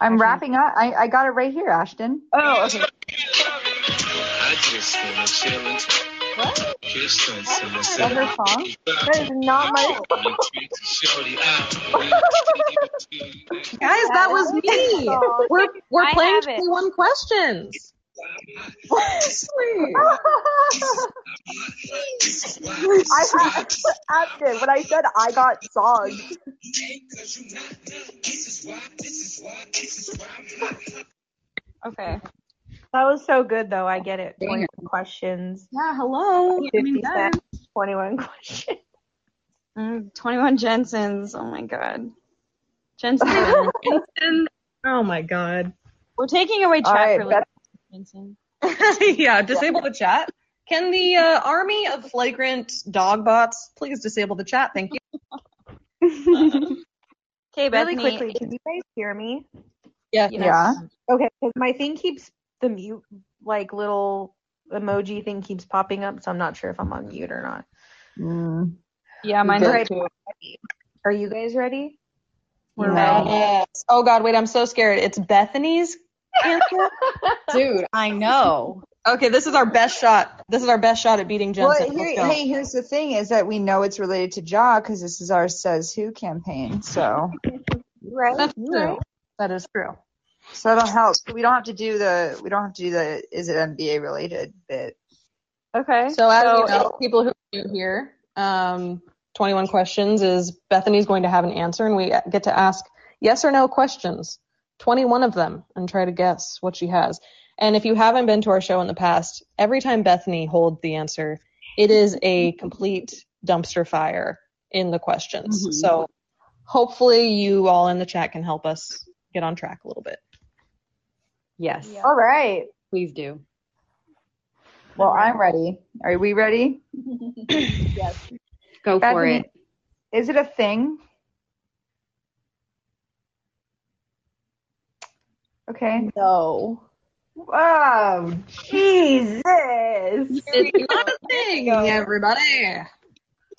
Speaker 1: I'm
Speaker 4: Okay.
Speaker 1: wrapping up. I, I got it right here, Ashton.
Speaker 4: Oh, okay.
Speaker 5: I just wanna chill and
Speaker 8: What?
Speaker 5: kiss and see
Speaker 8: Is that her
Speaker 5: myself.
Speaker 8: song? That is not my
Speaker 2: Guys, that was me.
Speaker 8: song.
Speaker 2: We're we're
Speaker 4: I
Speaker 2: playing
Speaker 4: have it.
Speaker 2: 21 questions. Sweet.
Speaker 1: I had Ashton when I said I got songs.
Speaker 4: Okay.
Speaker 8: That was so good though. I get it.
Speaker 3: Dang
Speaker 8: 21 questions.
Speaker 2: Yeah, hello. I
Speaker 8: 50
Speaker 2: mean, guys.
Speaker 8: cents. 21 questions.
Speaker 4: Mm, 21 Jensens. Oh my god. Jensen.
Speaker 2: Jensen. Oh my god.
Speaker 4: We're taking away
Speaker 1: All
Speaker 4: chat
Speaker 1: right,
Speaker 4: for
Speaker 1: Beth-
Speaker 4: Jensen.
Speaker 2: yeah, disable the chat. Can the uh, army of flagrant dog bots please disable the chat? Thank you.
Speaker 4: Okay,
Speaker 8: Really
Speaker 4: Bethany.
Speaker 8: quickly, can you guys hear me?
Speaker 2: Yeah.
Speaker 1: Yeah.
Speaker 8: Okay, because my thing keeps the mute like little emoji thing keeps popping up, so I'm not sure if I'm on mute or not.
Speaker 1: Mm,
Speaker 4: Yeah, mine
Speaker 1: Good.
Speaker 4: right.
Speaker 8: Are you guys ready?
Speaker 1: We're
Speaker 2: Yes.
Speaker 1: ready.
Speaker 2: Oh god, wait, I'm so scared. It's Bethany's answer.
Speaker 3: Dude, I know.
Speaker 2: Okay, this is our best shot. This is our best shot at beating Jensen.
Speaker 1: Well,
Speaker 2: Let's
Speaker 1: here,
Speaker 2: go.
Speaker 1: hey, here's the thing: is that we know it's related to Ja because this is our "Says Who" campaign, so
Speaker 8: Right.
Speaker 2: That's true. That is true.
Speaker 1: so that'll help. We don't have to do the we don't have to do the is it MBA related bit.
Speaker 4: Okay.
Speaker 2: So as you know, people who are new here, um, 21 questions is Bethany's going to have an answer, and we get to ask yes or no questions, 21 of them, and try to guess what she has. And if you haven't been to our show in the past, every time Bethany holds the answer, it is a complete dumpster fire in the questions.
Speaker 3: Mhm.
Speaker 2: So hopefully, you all in the chat can help us get on track a little bit.
Speaker 3: Yes,
Speaker 8: Yeah.
Speaker 1: All right.
Speaker 3: please do.
Speaker 1: Well, I'm ready. Are we ready?
Speaker 3: Go for
Speaker 1: Bethany,
Speaker 3: it.
Speaker 1: Is it a thing? Okay.
Speaker 8: No.
Speaker 1: Wow, Jesus.
Speaker 2: It's not a thing, everybody.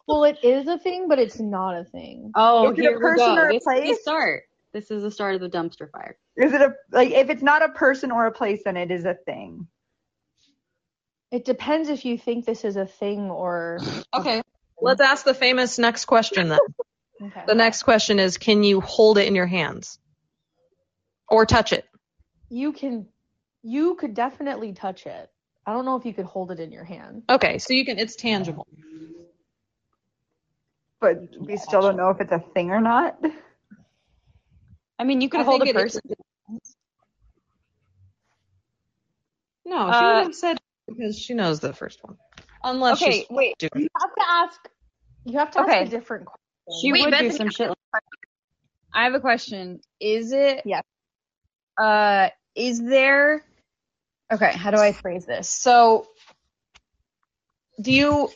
Speaker 8: Well, it is a thing, but it's not a thing.
Speaker 3: Oh,
Speaker 1: Is it a
Speaker 3: here we
Speaker 1: person or
Speaker 3: go.
Speaker 1: a
Speaker 3: This is the
Speaker 1: place?
Speaker 3: start. This is the start of the dumpster fire.
Speaker 1: Is it a like if it's not a person or a place, then it is a thing.
Speaker 8: It depends if you think this is a thing or.
Speaker 2: Okay. Let's ask the famous next question then.
Speaker 8: Okay.
Speaker 2: the next question is can you hold it in your hands? Or touch it?
Speaker 8: You can. You could definitely touch it. I don't know if you could hold it in your hand.
Speaker 2: Okay, so you can it's tangible.
Speaker 1: But we still don't know if it's a thing or not.
Speaker 4: I mean, you could
Speaker 2: I
Speaker 4: hold a
Speaker 2: think it
Speaker 4: person.
Speaker 2: No, she
Speaker 4: Uh,
Speaker 2: would have said because she knows the first one. Unless
Speaker 4: Okay,
Speaker 2: she's
Speaker 4: wait.
Speaker 2: stupid.
Speaker 8: You have to ask. You have to ask
Speaker 4: Okay.
Speaker 8: a different question.
Speaker 3: She
Speaker 4: Wait,
Speaker 3: would
Speaker 4: Bethany-
Speaker 3: do some shit. Like,
Speaker 4: I have a question. Is it?
Speaker 8: Yeah.
Speaker 4: Uh, is there? Okay, how do I phrase this? So, do you?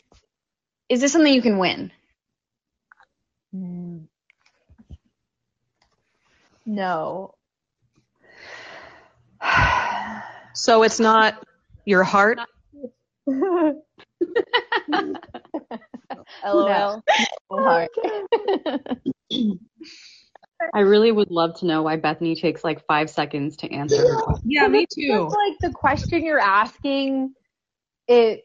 Speaker 4: Is this something you can win?
Speaker 8: no.
Speaker 2: So it's not your heart.
Speaker 8: LOL.
Speaker 3: I really would love to know why Bethany takes like five seconds to answer her question.
Speaker 2: Yeah, me
Speaker 8: It's like the question you're asking, it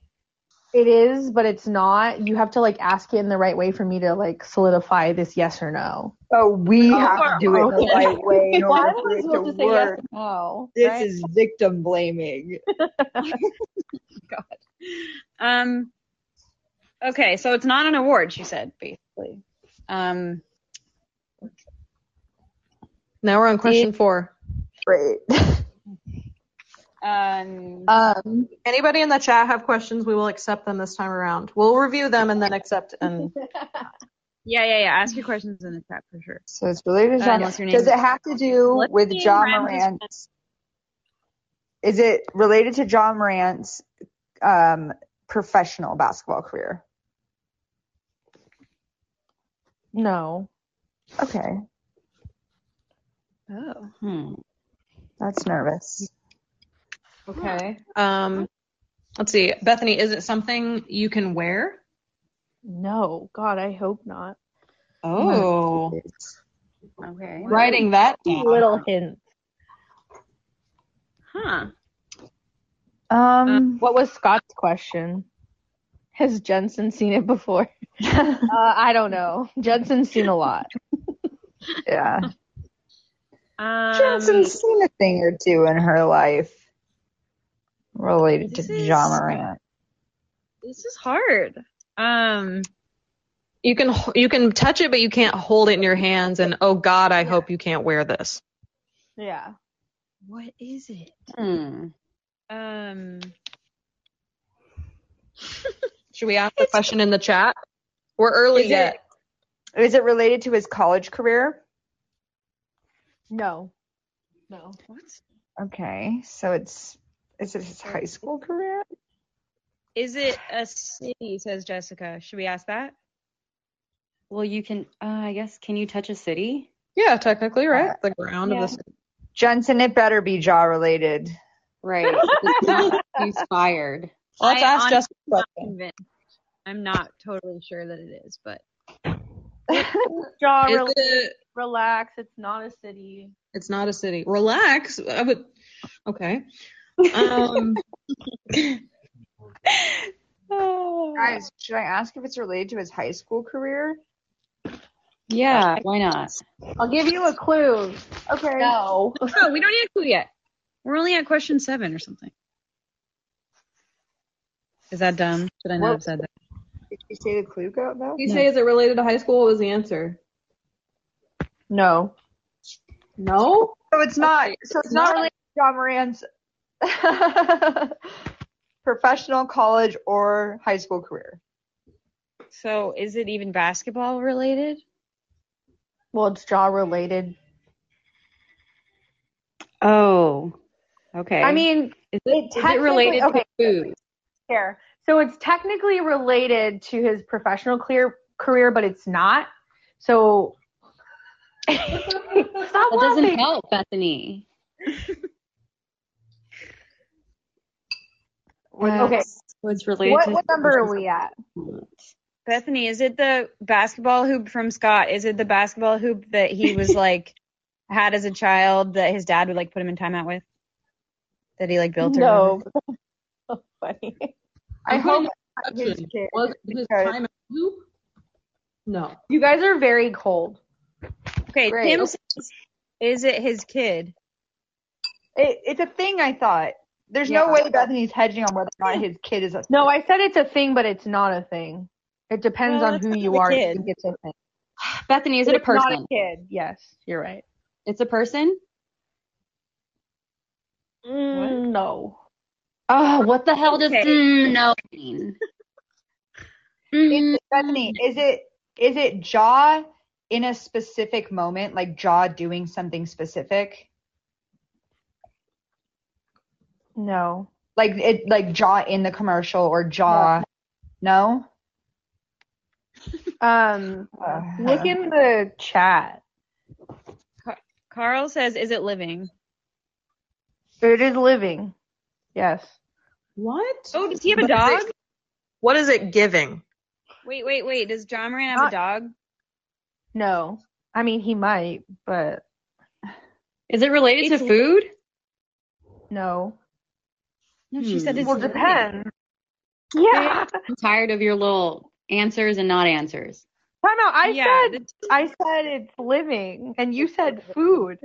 Speaker 8: it is, but it's not. You have to like ask it in the right way for me to like solidify this yes or no.
Speaker 1: So we have to do it the
Speaker 8: Oh, okay.
Speaker 1: right way in order for it to
Speaker 8: say yes
Speaker 1: work.
Speaker 8: no?
Speaker 1: This is victim blaming.
Speaker 4: Um. Okay, so it's not an award. She said basically. Um.
Speaker 2: Now we're on question four.
Speaker 1: Great.
Speaker 4: Um.
Speaker 8: Um
Speaker 2: Anybody in the chat have questions? We will accept them this time around. We'll review them and then accept and
Speaker 4: Yeah, yeah, yeah. Ask your questions in the chat for sure.
Speaker 1: So it's related to
Speaker 4: Uh,
Speaker 1: John.
Speaker 4: what's your name?
Speaker 1: Does it have to do
Speaker 4: Let's
Speaker 1: with
Speaker 4: see
Speaker 1: John
Speaker 4: Ramses'
Speaker 1: Morant? Is it related to John Morant's um, professional basketball career?
Speaker 8: no.
Speaker 1: Okay,
Speaker 4: Oh.
Speaker 3: Hmm.
Speaker 1: that's nervous.
Speaker 2: Okay. Um let's see. Bethany, is it something you can wear?
Speaker 8: No. God, I hope not.
Speaker 2: Oh.
Speaker 1: Um,
Speaker 3: Okay.
Speaker 2: Writing that down.
Speaker 8: Little hint.
Speaker 4: Huh.
Speaker 1: Um,
Speaker 4: Um,
Speaker 8: What was Scott's question? Has Jensen seen it before? uh, I don't know. Jensen's seen a lot.
Speaker 1: yeah.
Speaker 4: Um,
Speaker 1: Jensen's seen a thing or two in her life related to
Speaker 4: This is-
Speaker 1: John Morant.
Speaker 4: This is hard. Um.
Speaker 2: You can you can touch it, but you can't hold it in your hands. And oh God, I hope you can't wear this.
Speaker 8: Yeah.
Speaker 4: What is it?
Speaker 3: Hmm.
Speaker 4: Um.
Speaker 2: Should we ask the question in the chat? We're early
Speaker 1: Is it-
Speaker 2: yet.
Speaker 1: Is it related to his college career?
Speaker 8: No. No.
Speaker 4: What?
Speaker 1: Okay, so it's is it his high school career?
Speaker 4: Is it a city? Says Jessica. Should we ask that?
Speaker 3: Well, you can. Uh, I guess. Can you touch a city?
Speaker 2: Yeah, technically, right? The ground
Speaker 3: Yeah.
Speaker 2: of this.
Speaker 1: Jensen, it better be jaw related.
Speaker 3: Right. He's fired.
Speaker 2: Well, let's
Speaker 4: I
Speaker 2: ask
Speaker 4: honestly
Speaker 2: Jessica the
Speaker 4: not
Speaker 2: question.
Speaker 4: convinced. I'm not totally sure that it is, but
Speaker 8: Jaw
Speaker 2: Is it?
Speaker 8: relax. It's not a city.
Speaker 2: It's not a city. Relax. I would. Okay. Um,
Speaker 1: Guys, should I ask if it's related to his high school career?
Speaker 3: Yeah. Why not?
Speaker 8: I'll give you a clue.
Speaker 1: Okay.
Speaker 8: No.
Speaker 4: no, Oh, we don't need a clue yet. We're only at question seven or something. Is that dumb? Should I not
Speaker 1: Well-
Speaker 4: have said that?
Speaker 1: Did she say the clue go though?
Speaker 2: You say, is it related to high school? What was the answer?
Speaker 8: No.
Speaker 2: No?
Speaker 1: So it's not. So it's not really John Moran's professional college or high school career.
Speaker 4: So is it even basketball related?
Speaker 8: Well, it's jaw related.
Speaker 4: Oh, okay.
Speaker 8: I mean,
Speaker 4: is it,
Speaker 8: it
Speaker 4: is it related
Speaker 8: technically-
Speaker 4: to food?
Speaker 8: Here. So it's technically related to his professional clear career, but it's not. So stop
Speaker 3: That doesn't
Speaker 8: laughing.
Speaker 3: help, Bethany.
Speaker 8: Okay.
Speaker 3: Was related
Speaker 8: What,
Speaker 3: to
Speaker 8: what number are we at?
Speaker 4: Bethany, is it the basketball hoop from Scott? Is it the basketball hoop that he was like had as a child that his dad would like put him in timeout with? That he like built or whatever?
Speaker 8: No. so funny.
Speaker 1: I
Speaker 2: I'm putting
Speaker 1: hope
Speaker 2: an
Speaker 1: I didn't
Speaker 2: exception.
Speaker 1: care
Speaker 2: Was it his
Speaker 1: because-
Speaker 2: time at hoop? No.
Speaker 8: You guys are very cold.
Speaker 4: Okay,
Speaker 1: Great.
Speaker 4: Tim says, is it his kid?
Speaker 1: It, it's a thing. I thought. There's no
Speaker 8: Yeah.
Speaker 1: way Bethany's hedging on whether or not his kid is a.
Speaker 8: No, I said it's a thing, but it's not a thing. It depends
Speaker 4: Well,
Speaker 8: on
Speaker 4: it's
Speaker 8: who
Speaker 4: not
Speaker 8: you
Speaker 4: the
Speaker 8: are. if
Speaker 4: kid.
Speaker 8: you think it's a thing.
Speaker 3: Bethany, is it a
Speaker 8: It's not
Speaker 3: person?
Speaker 8: a kid. Yes, you're right.
Speaker 3: it's a person?
Speaker 8: Mm, no.
Speaker 3: Oh, what the hell does
Speaker 4: Okay.
Speaker 3: mm, no mean? Mm,
Speaker 1: Is it- Bethany, is it is it Jaw in a specific moment, like Jaw doing something specific,
Speaker 8: No.
Speaker 1: like it like Jaw in the commercial or Jaw? No.
Speaker 8: Um,
Speaker 1: Uh,
Speaker 8: look in the chat.
Speaker 4: Carl says, is it living?
Speaker 8: It is living. Yes.
Speaker 2: What?
Speaker 4: Oh, does he have a
Speaker 2: But is
Speaker 4: dog?
Speaker 2: it- What is it giving?
Speaker 4: Wait, wait, wait. Does John Moran have
Speaker 8: Not-
Speaker 4: a dog?
Speaker 8: No. I mean, he might, but
Speaker 3: is it related to food?
Speaker 8: no.
Speaker 3: No,
Speaker 4: she said it's-
Speaker 8: Well, depends. Yeah.
Speaker 3: I'm tired of your little answers and not answers.
Speaker 8: Time out. I
Speaker 4: Yeah,
Speaker 8: said I said it's living, and you said food.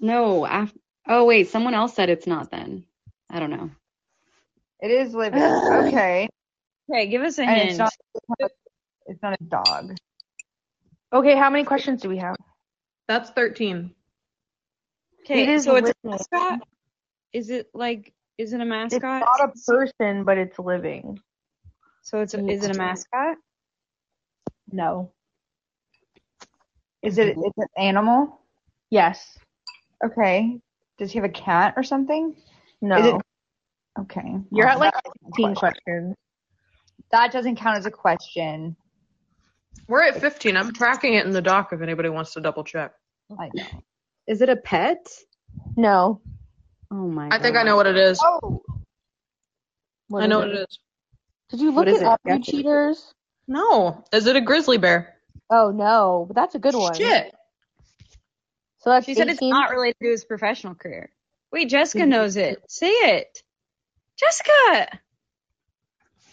Speaker 3: No, af- oh wait, someone else said it's not. Then I don't know.
Speaker 1: It is living. Okay.
Speaker 4: Okay, give us a
Speaker 1: And
Speaker 4: hint.
Speaker 1: it's not it's not a dog.
Speaker 8: Okay, how many questions do we have?
Speaker 2: That's 13.
Speaker 4: okay,
Speaker 8: it is
Speaker 4: so it's a
Speaker 8: living.
Speaker 4: mascot? Is it like, is it a
Speaker 8: It's
Speaker 4: mascot?
Speaker 8: not a person, but it's living.
Speaker 4: so it's, a, is it a mascot?
Speaker 8: No.
Speaker 1: Is it it's an animal?
Speaker 8: Yes.
Speaker 1: Okay. Does he have a cat or something?
Speaker 8: No.
Speaker 1: Is it Okay.
Speaker 8: You're at
Speaker 1: Well,
Speaker 8: like
Speaker 1: that doesn't
Speaker 8: 15
Speaker 1: count.
Speaker 8: questions.
Speaker 1: That doesn't count as a question.
Speaker 2: We're at 15. I'm tracking it in the doc if anybody wants to double check.
Speaker 1: I know.
Speaker 3: Is it a pet?
Speaker 8: No.
Speaker 3: Oh my!
Speaker 2: I think I know what it is.
Speaker 1: Oh,
Speaker 8: What
Speaker 2: I
Speaker 8: is
Speaker 2: know what it is.
Speaker 8: Did you
Speaker 3: What
Speaker 8: look
Speaker 3: is
Speaker 8: it
Speaker 3: it?
Speaker 8: up,
Speaker 3: Yeah.
Speaker 8: you cheaters?
Speaker 2: No. Is it a grizzly bear?
Speaker 8: Oh no, but that's a good one.
Speaker 2: Shit.
Speaker 8: So that's
Speaker 4: She said it's
Speaker 8: 18.
Speaker 4: not related to his professional career. Wait, Jessica knows it. Say it. Jessica! What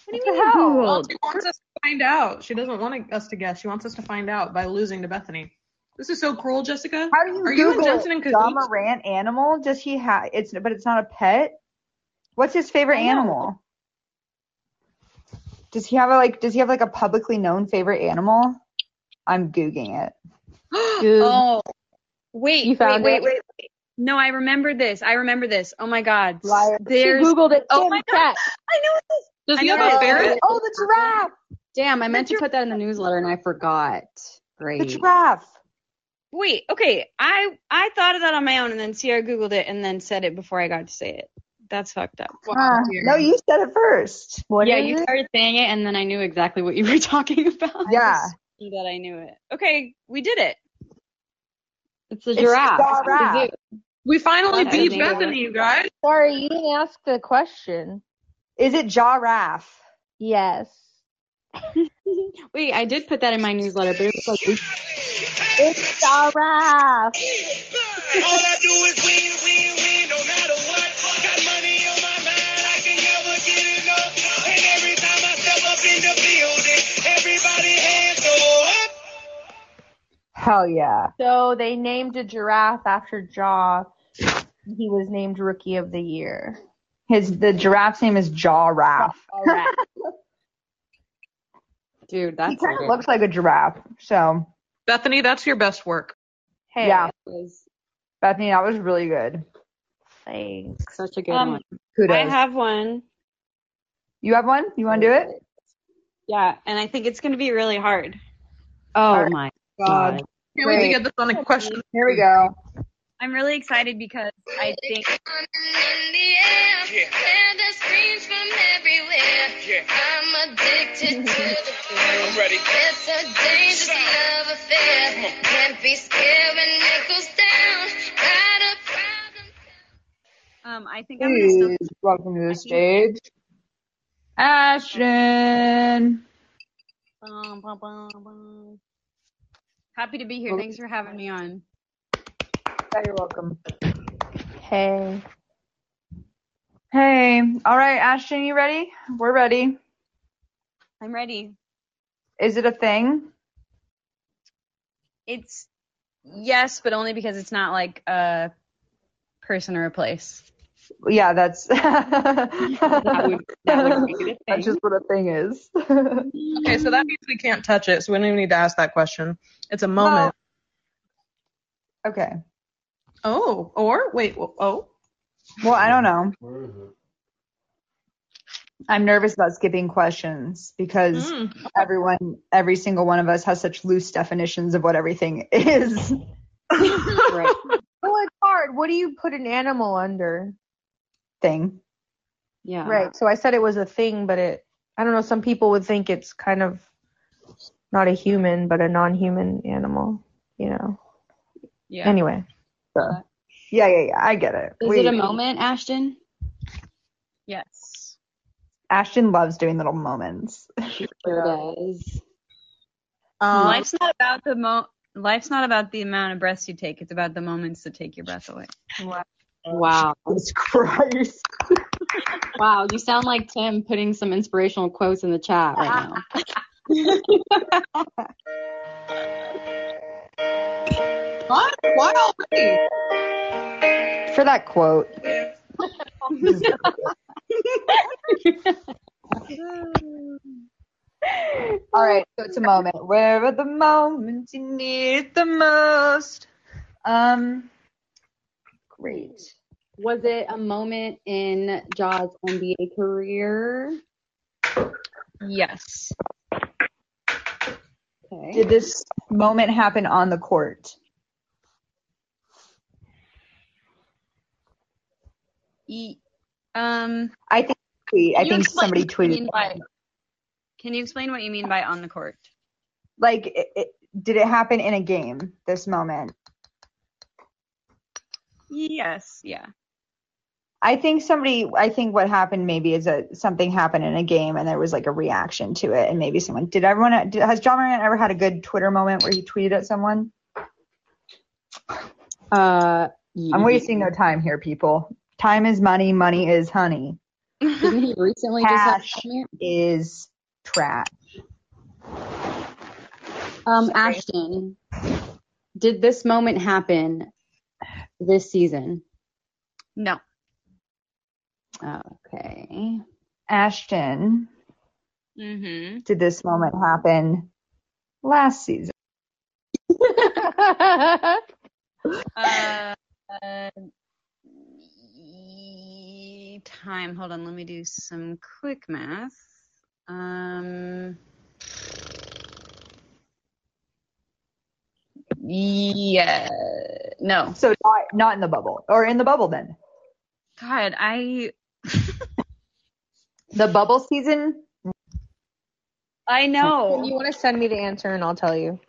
Speaker 4: do you mean you Googled?
Speaker 2: She wants us to find out. She doesn't want us to guess. She wants us to find out by losing to Bethany. This is so cruel, Jessica.
Speaker 1: how do you
Speaker 2: Are you and
Speaker 1: Google
Speaker 2: Jensen in cahoots?
Speaker 1: John Morant animal? Does he have? It's but it's not a pet. What's his favorite animal? Does he have a like? Does he have like a publicly known favorite animal? I'm googling it.
Speaker 8: Dude.
Speaker 4: Oh, wait,
Speaker 8: You
Speaker 4: wait,
Speaker 8: found
Speaker 4: wait,
Speaker 8: it?
Speaker 4: wait, wait. No, I remember this. I remember this. Oh my God.
Speaker 8: Liar. She
Speaker 4: There's.
Speaker 8: googled it.
Speaker 4: Oh
Speaker 8: Tim,
Speaker 4: my
Speaker 8: check.
Speaker 4: I know what this.
Speaker 2: Does
Speaker 4: I
Speaker 2: he
Speaker 4: know
Speaker 2: have a
Speaker 4: it.
Speaker 2: ferret?
Speaker 1: Oh, the giraffe!
Speaker 3: Damn, I meant
Speaker 4: That's
Speaker 3: to
Speaker 4: your-
Speaker 3: put that in the newsletter and I forgot.
Speaker 1: The
Speaker 3: Great.
Speaker 1: giraffe.
Speaker 4: Wait. Okay. I I thought of that on my own, and then Sierra googled it, and then said it before I got to say it. That's fucked up.
Speaker 1: Huh. no, you said it first.
Speaker 8: What
Speaker 3: yeah,
Speaker 8: is
Speaker 3: you
Speaker 8: it?
Speaker 3: started saying it and then I knew exactly what you were talking about.
Speaker 1: yeah,
Speaker 4: Knew That I knew it. Okay, we did it.
Speaker 3: It's a
Speaker 1: It's
Speaker 3: giraffe.
Speaker 1: a giraffe.
Speaker 2: We finally
Speaker 3: That's the
Speaker 2: beat
Speaker 3: name of it.
Speaker 2: Bethany, you guys.
Speaker 8: Sorry, you didn't ask the question.
Speaker 1: is it giraffe?
Speaker 8: Yes.
Speaker 3: Wait, I did put that in my newsletter, but it was like oops,
Speaker 8: It's giraffe.
Speaker 5: All I do is win, win, win, no matter what. Got money on my mind, I can never get enough. And every time I step up in the building, everybody hands go up.
Speaker 1: Hell yeah!
Speaker 8: So they named a giraffe after Jaw. He was named Rookie of the Year.
Speaker 1: His the giraffe's name is Jawraff.
Speaker 8: All right.
Speaker 3: Dude,
Speaker 1: Oh, He
Speaker 3: that's
Speaker 1: kind of
Speaker 3: weird.
Speaker 1: looks like a giraffe. So
Speaker 2: Bethany, that's your best work.
Speaker 4: Hey,
Speaker 1: yeah,
Speaker 3: It was
Speaker 1: Bethany, that was really good.
Speaker 4: thanks.
Speaker 3: such a good
Speaker 4: Um,
Speaker 3: one.
Speaker 1: Kudos.
Speaker 4: I have one.
Speaker 1: you have one? You want to do it?
Speaker 4: Yeah, and I think it's going to be really hard.
Speaker 3: Oh my god.
Speaker 2: Can't wait to
Speaker 1: Great.
Speaker 2: get this on a question.
Speaker 1: Uh, Here we go.
Speaker 4: I'm really excited because I think
Speaker 5: Yeah. Yeah. I'm ready.
Speaker 4: um I think I'm gonna still
Speaker 1: Please welcome to the stage. Ashton.
Speaker 4: Bum, bum, bum, bum. Happy to be here. Thanks for having me on.
Speaker 1: Yeah, you're welcome.
Speaker 8: Hey.
Speaker 1: Hey. All right, Ashton, you ready? We're ready.
Speaker 4: I'm ready.
Speaker 1: Is it a thing?
Speaker 4: It's yes, but only because it's not like a person or a place.
Speaker 1: Yeah, that's
Speaker 3: That would that would make it a
Speaker 1: that's
Speaker 3: thing.
Speaker 1: just what a thing is.
Speaker 2: Okay, so that means we can't touch it, so we don't even need to ask that question. It's a moment.
Speaker 1: okay.
Speaker 2: Oh, or wait, well, oh.
Speaker 1: Well, I don't know. I'm nervous about skipping questions because
Speaker 2: Mm.
Speaker 1: everyone, every single one of us has such loose definitions of what everything is.
Speaker 3: Right.
Speaker 8: Well, it's hard. What do you put an animal under?
Speaker 1: Thing.
Speaker 3: Yeah.
Speaker 8: Right. So I said it was a thing, but it. I don't know. Some people would think it's kind of not a human, but a non-human animal. You know.
Speaker 3: Yeah.
Speaker 8: Anyway.
Speaker 1: Yeah, yeah, yeah. I get it.
Speaker 3: Is
Speaker 1: We-
Speaker 3: it a moment, Ashton?
Speaker 4: Yes.
Speaker 1: Ashton loves doing little moments.
Speaker 3: Sure does.
Speaker 2: Um,
Speaker 4: life's not about the mo life's not about the amount of breaths you take, it's about the moments that take your breath away.
Speaker 3: Wow.
Speaker 1: Jesus Christ.
Speaker 3: Wow, you sound like Tim putting some inspirational quotes in the chat right now.
Speaker 2: what? Why already?
Speaker 1: For that quote. All right, so it's a moment. Where are the moments you need the most? Um, great.
Speaker 3: Was it a moment in Jaws' NBA career?
Speaker 4: Yes.
Speaker 3: Okay.
Speaker 1: Did this moment happen on the court?
Speaker 4: E- um
Speaker 1: I think. I
Speaker 4: you
Speaker 1: think
Speaker 4: explain
Speaker 1: somebody
Speaker 4: what you
Speaker 1: tweeted.
Speaker 4: mean by- Can you explain what you mean by on the court?
Speaker 1: Like, it, it, did it happen in a game? This moment.
Speaker 4: Yes, yeah.
Speaker 1: I think somebody. I think what happened maybe is that something happened in a game and there was like a reaction to it, and maybe someone did. Everyone did, has John Moran ever had a good Twitter moment where he tweeted at someone?
Speaker 3: Uh,
Speaker 1: I'm wasting no time here, people. Time is money. Money is honey.
Speaker 3: Didn't he recently just have
Speaker 1: Cash.
Speaker 3: a comment?
Speaker 1: Is trash.
Speaker 3: Um, Ashton, did this moment happen this season?
Speaker 4: No.
Speaker 3: Okay.
Speaker 1: Ashton,
Speaker 4: Mm-hmm.
Speaker 1: did this moment happen last season?
Speaker 4: Uh, uh, y- time. Hold on. Let me do some quick math. Um. Yeah. No.
Speaker 1: So not, not in the bubble, or in the bubble then.
Speaker 4: God, I
Speaker 1: The bubble season.
Speaker 4: I know.
Speaker 8: You want to send me the answer, and I'll tell you.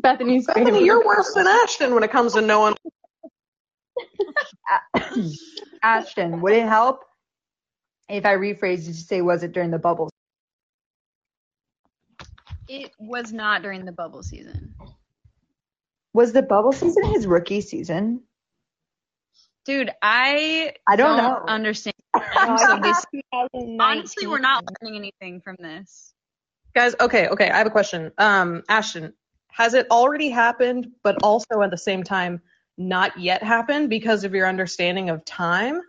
Speaker 3: Bethany's favorite.
Speaker 2: Bethany, you're worse than Ashton when it comes to knowing.
Speaker 1: Ashton, would it help if I rephrased it to say was it during the bubble?
Speaker 4: It was not during the bubble season,
Speaker 1: Was the bubble season his rookie season?
Speaker 4: dude. I
Speaker 1: I don't know.
Speaker 4: understand.
Speaker 8: No, I
Speaker 4: so
Speaker 8: think
Speaker 4: this-
Speaker 8: 2019.
Speaker 4: Honestly, we're not learning anything from this.
Speaker 2: Guys, okay, okay, I have a question. Um, Ashton, has it already happened, but also at the same time, not yet happened because of your understanding of time?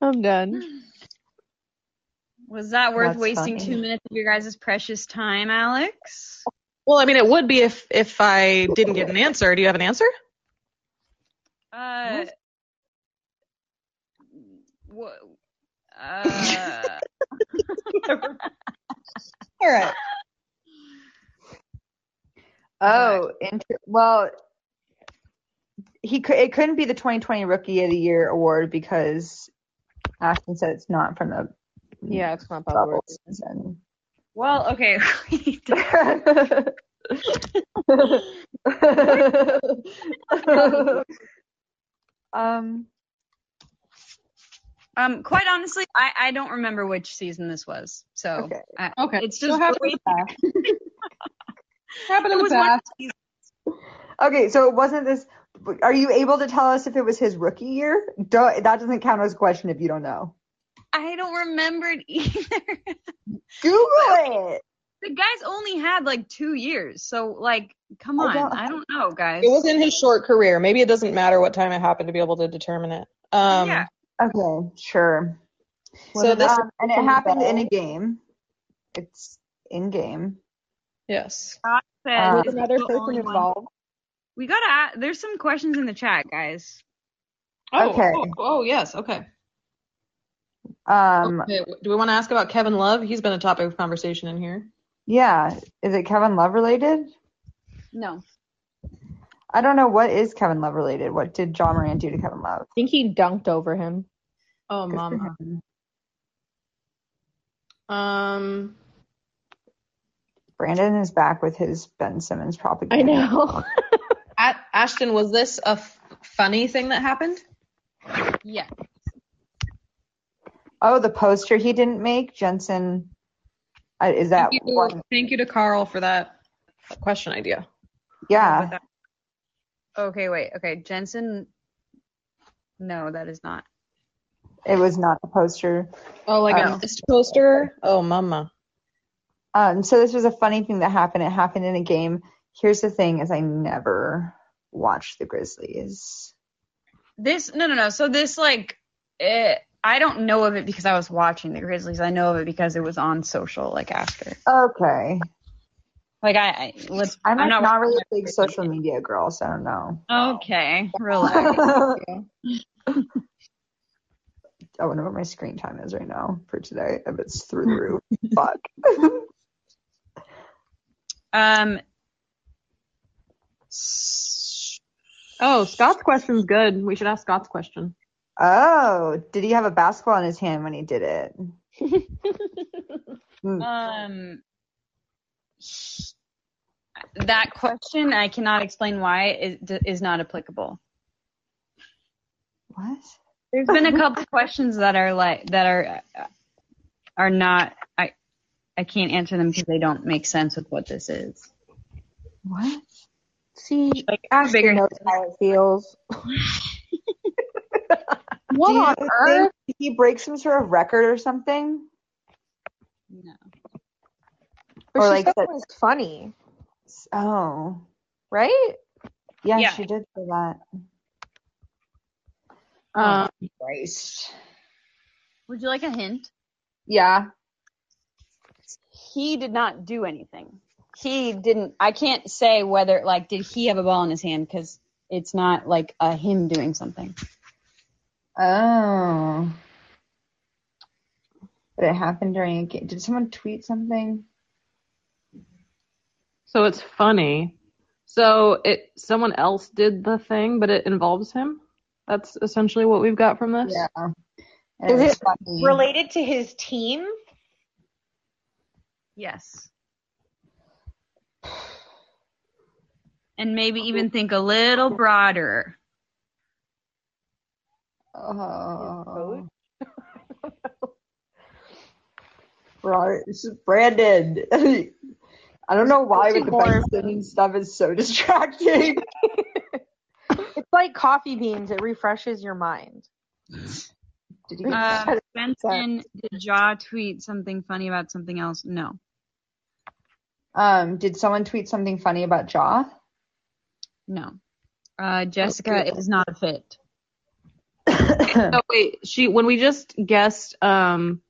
Speaker 8: I'm done.
Speaker 4: Was that worth
Speaker 8: That's
Speaker 4: wasting
Speaker 8: funny.
Speaker 4: two minutes of your guys' precious time, Alex?
Speaker 2: Well, I mean, it would be if if I didn't get an answer. Do you have an answer?
Speaker 4: Uh, what? Uh,
Speaker 2: All right.
Speaker 1: Oh, inter- well, he could. It couldn't be the 2020 Rookie of the Year award because Ashton said it's not from the
Speaker 8: Yeah, it's not
Speaker 1: bubble
Speaker 8: bubble.
Speaker 1: season.
Speaker 4: well, okay.
Speaker 1: um,
Speaker 4: um, quite honestly, I, I don't remember which season this was. So
Speaker 1: Okay.
Speaker 4: I,
Speaker 2: Okay.
Speaker 4: it's just
Speaker 2: happen
Speaker 4: way-
Speaker 2: happened in
Speaker 4: it
Speaker 2: the
Speaker 4: was one-
Speaker 2: past.
Speaker 1: okay, so it wasn't this. Are you able to tell us if it was his rookie year? Duh, that doesn't count as a question if you don't know.
Speaker 4: I don't remember it either.
Speaker 1: Google it.
Speaker 4: the guys only had like two years, so like, come
Speaker 1: I
Speaker 4: on,
Speaker 1: don't-
Speaker 4: I don't know, guys.
Speaker 2: It was in his short career. Maybe it doesn't matter what time it happened to be able to determine it. Um,
Speaker 4: yeah,
Speaker 1: Okay, sure.
Speaker 2: So this
Speaker 1: Um, and it happened in a game. It's in game.
Speaker 2: yes.
Speaker 4: Scott said
Speaker 1: Uh,
Speaker 4: it's
Speaker 1: Was
Speaker 8: another
Speaker 4: the
Speaker 8: person
Speaker 4: only one-
Speaker 8: involved?
Speaker 4: We gotta. a there's some questions in the chat, guys.
Speaker 2: Oh,
Speaker 1: Okay.
Speaker 2: oh, oh, yes. Okay.
Speaker 1: Um,
Speaker 2: okay. Do we want to ask about Kevin Love? He's been a topic of conversation in here.
Speaker 1: yeah. Is it Kevin Love related?
Speaker 3: No.
Speaker 1: I don't know what is Kevin Love related. What did John Moran do to Kevin Love?
Speaker 8: I think he dunked over him.
Speaker 2: Oh,
Speaker 1: Good for
Speaker 2: mom.
Speaker 1: him.
Speaker 2: Um.
Speaker 1: Brandon is back with his Ben Simmons
Speaker 8: I
Speaker 1: propaganda.
Speaker 8: know.
Speaker 2: A- Ashton, was this a f- funny thing that happened?
Speaker 3: Yeah.
Speaker 1: Oh, the poster he didn't make, Jensen. I is that
Speaker 2: thank, you,
Speaker 1: one?
Speaker 2: thank you to Carl for that question idea.
Speaker 1: Yeah.
Speaker 4: But that- Okay, wait. Okay, Jensen. No, that is not.
Speaker 1: It was not the poster.
Speaker 2: Oh, like
Speaker 1: Oh.
Speaker 2: a fist poster? Oh, mama.
Speaker 1: Um, so this was a funny thing that happened. It happened in a game. Here's the thing: is I never watched the Grizzlies.
Speaker 4: This no no no. So this like eh, I don't know of it because I was watching the Grizzlies. I know of it because it was on social like after.
Speaker 1: Okay,
Speaker 4: Like I, I let's
Speaker 1: I'm, like,
Speaker 4: I'm not
Speaker 1: not, really a big social media girl, so no.
Speaker 4: Okay, relax.
Speaker 1: I wonder what my screen time is right now for today. If it's through the roof, fuck.
Speaker 4: Um
Speaker 2: Oh, Scott's question's good. We should ask Scott's question.
Speaker 1: Oh, did he have a basketball in his hand when he did it?
Speaker 4: um that question I cannot explain why is is not applicable.
Speaker 1: What?
Speaker 4: There's been a couple questions that are like that are are not I I can't answer them because they don't make sense with what this is.
Speaker 1: What?
Speaker 8: See,
Speaker 4: Like
Speaker 8: Ashton
Speaker 4: bigger-
Speaker 8: knows how it feels.
Speaker 1: Do you
Speaker 8: what on earth?
Speaker 1: think he breaks some sort of record or something?
Speaker 4: No.
Speaker 8: But
Speaker 1: or
Speaker 8: she
Speaker 1: like
Speaker 8: said
Speaker 1: the-
Speaker 8: it was funny,
Speaker 1: Oh,
Speaker 8: right?
Speaker 1: yeah,
Speaker 4: Yeah.
Speaker 1: she did say that. Oh,
Speaker 2: Um,
Speaker 1: Christ.
Speaker 4: Would you like a hint?
Speaker 8: Yeah.
Speaker 4: He did not do anything. He didn't. I can't say whether like did he have a ball in his hand because it's not like a him doing something.
Speaker 1: Oh. But it happened during a game. Did someone tweet something?
Speaker 2: so it's funny. So it someone else did the thing, but it involves him. That's essentially what we've got from this.
Speaker 1: And
Speaker 8: Is
Speaker 1: was
Speaker 8: it
Speaker 1: funny.
Speaker 8: Related to his team?
Speaker 4: Yes. And maybe even think a little broader.
Speaker 1: Oh. Right. This is Brandon. I don't know why, but the Ben Simmons stuff is so distracting.
Speaker 8: It's like coffee beans. It refreshes your mind.
Speaker 1: Did you get
Speaker 4: Uh, Benson, did Jaw tweet something funny about something else? No.
Speaker 1: um, did someone tweet something funny about Jaw?
Speaker 4: No. Uh, Jessica is not a fit.
Speaker 2: Oh wait, she when we just guessed um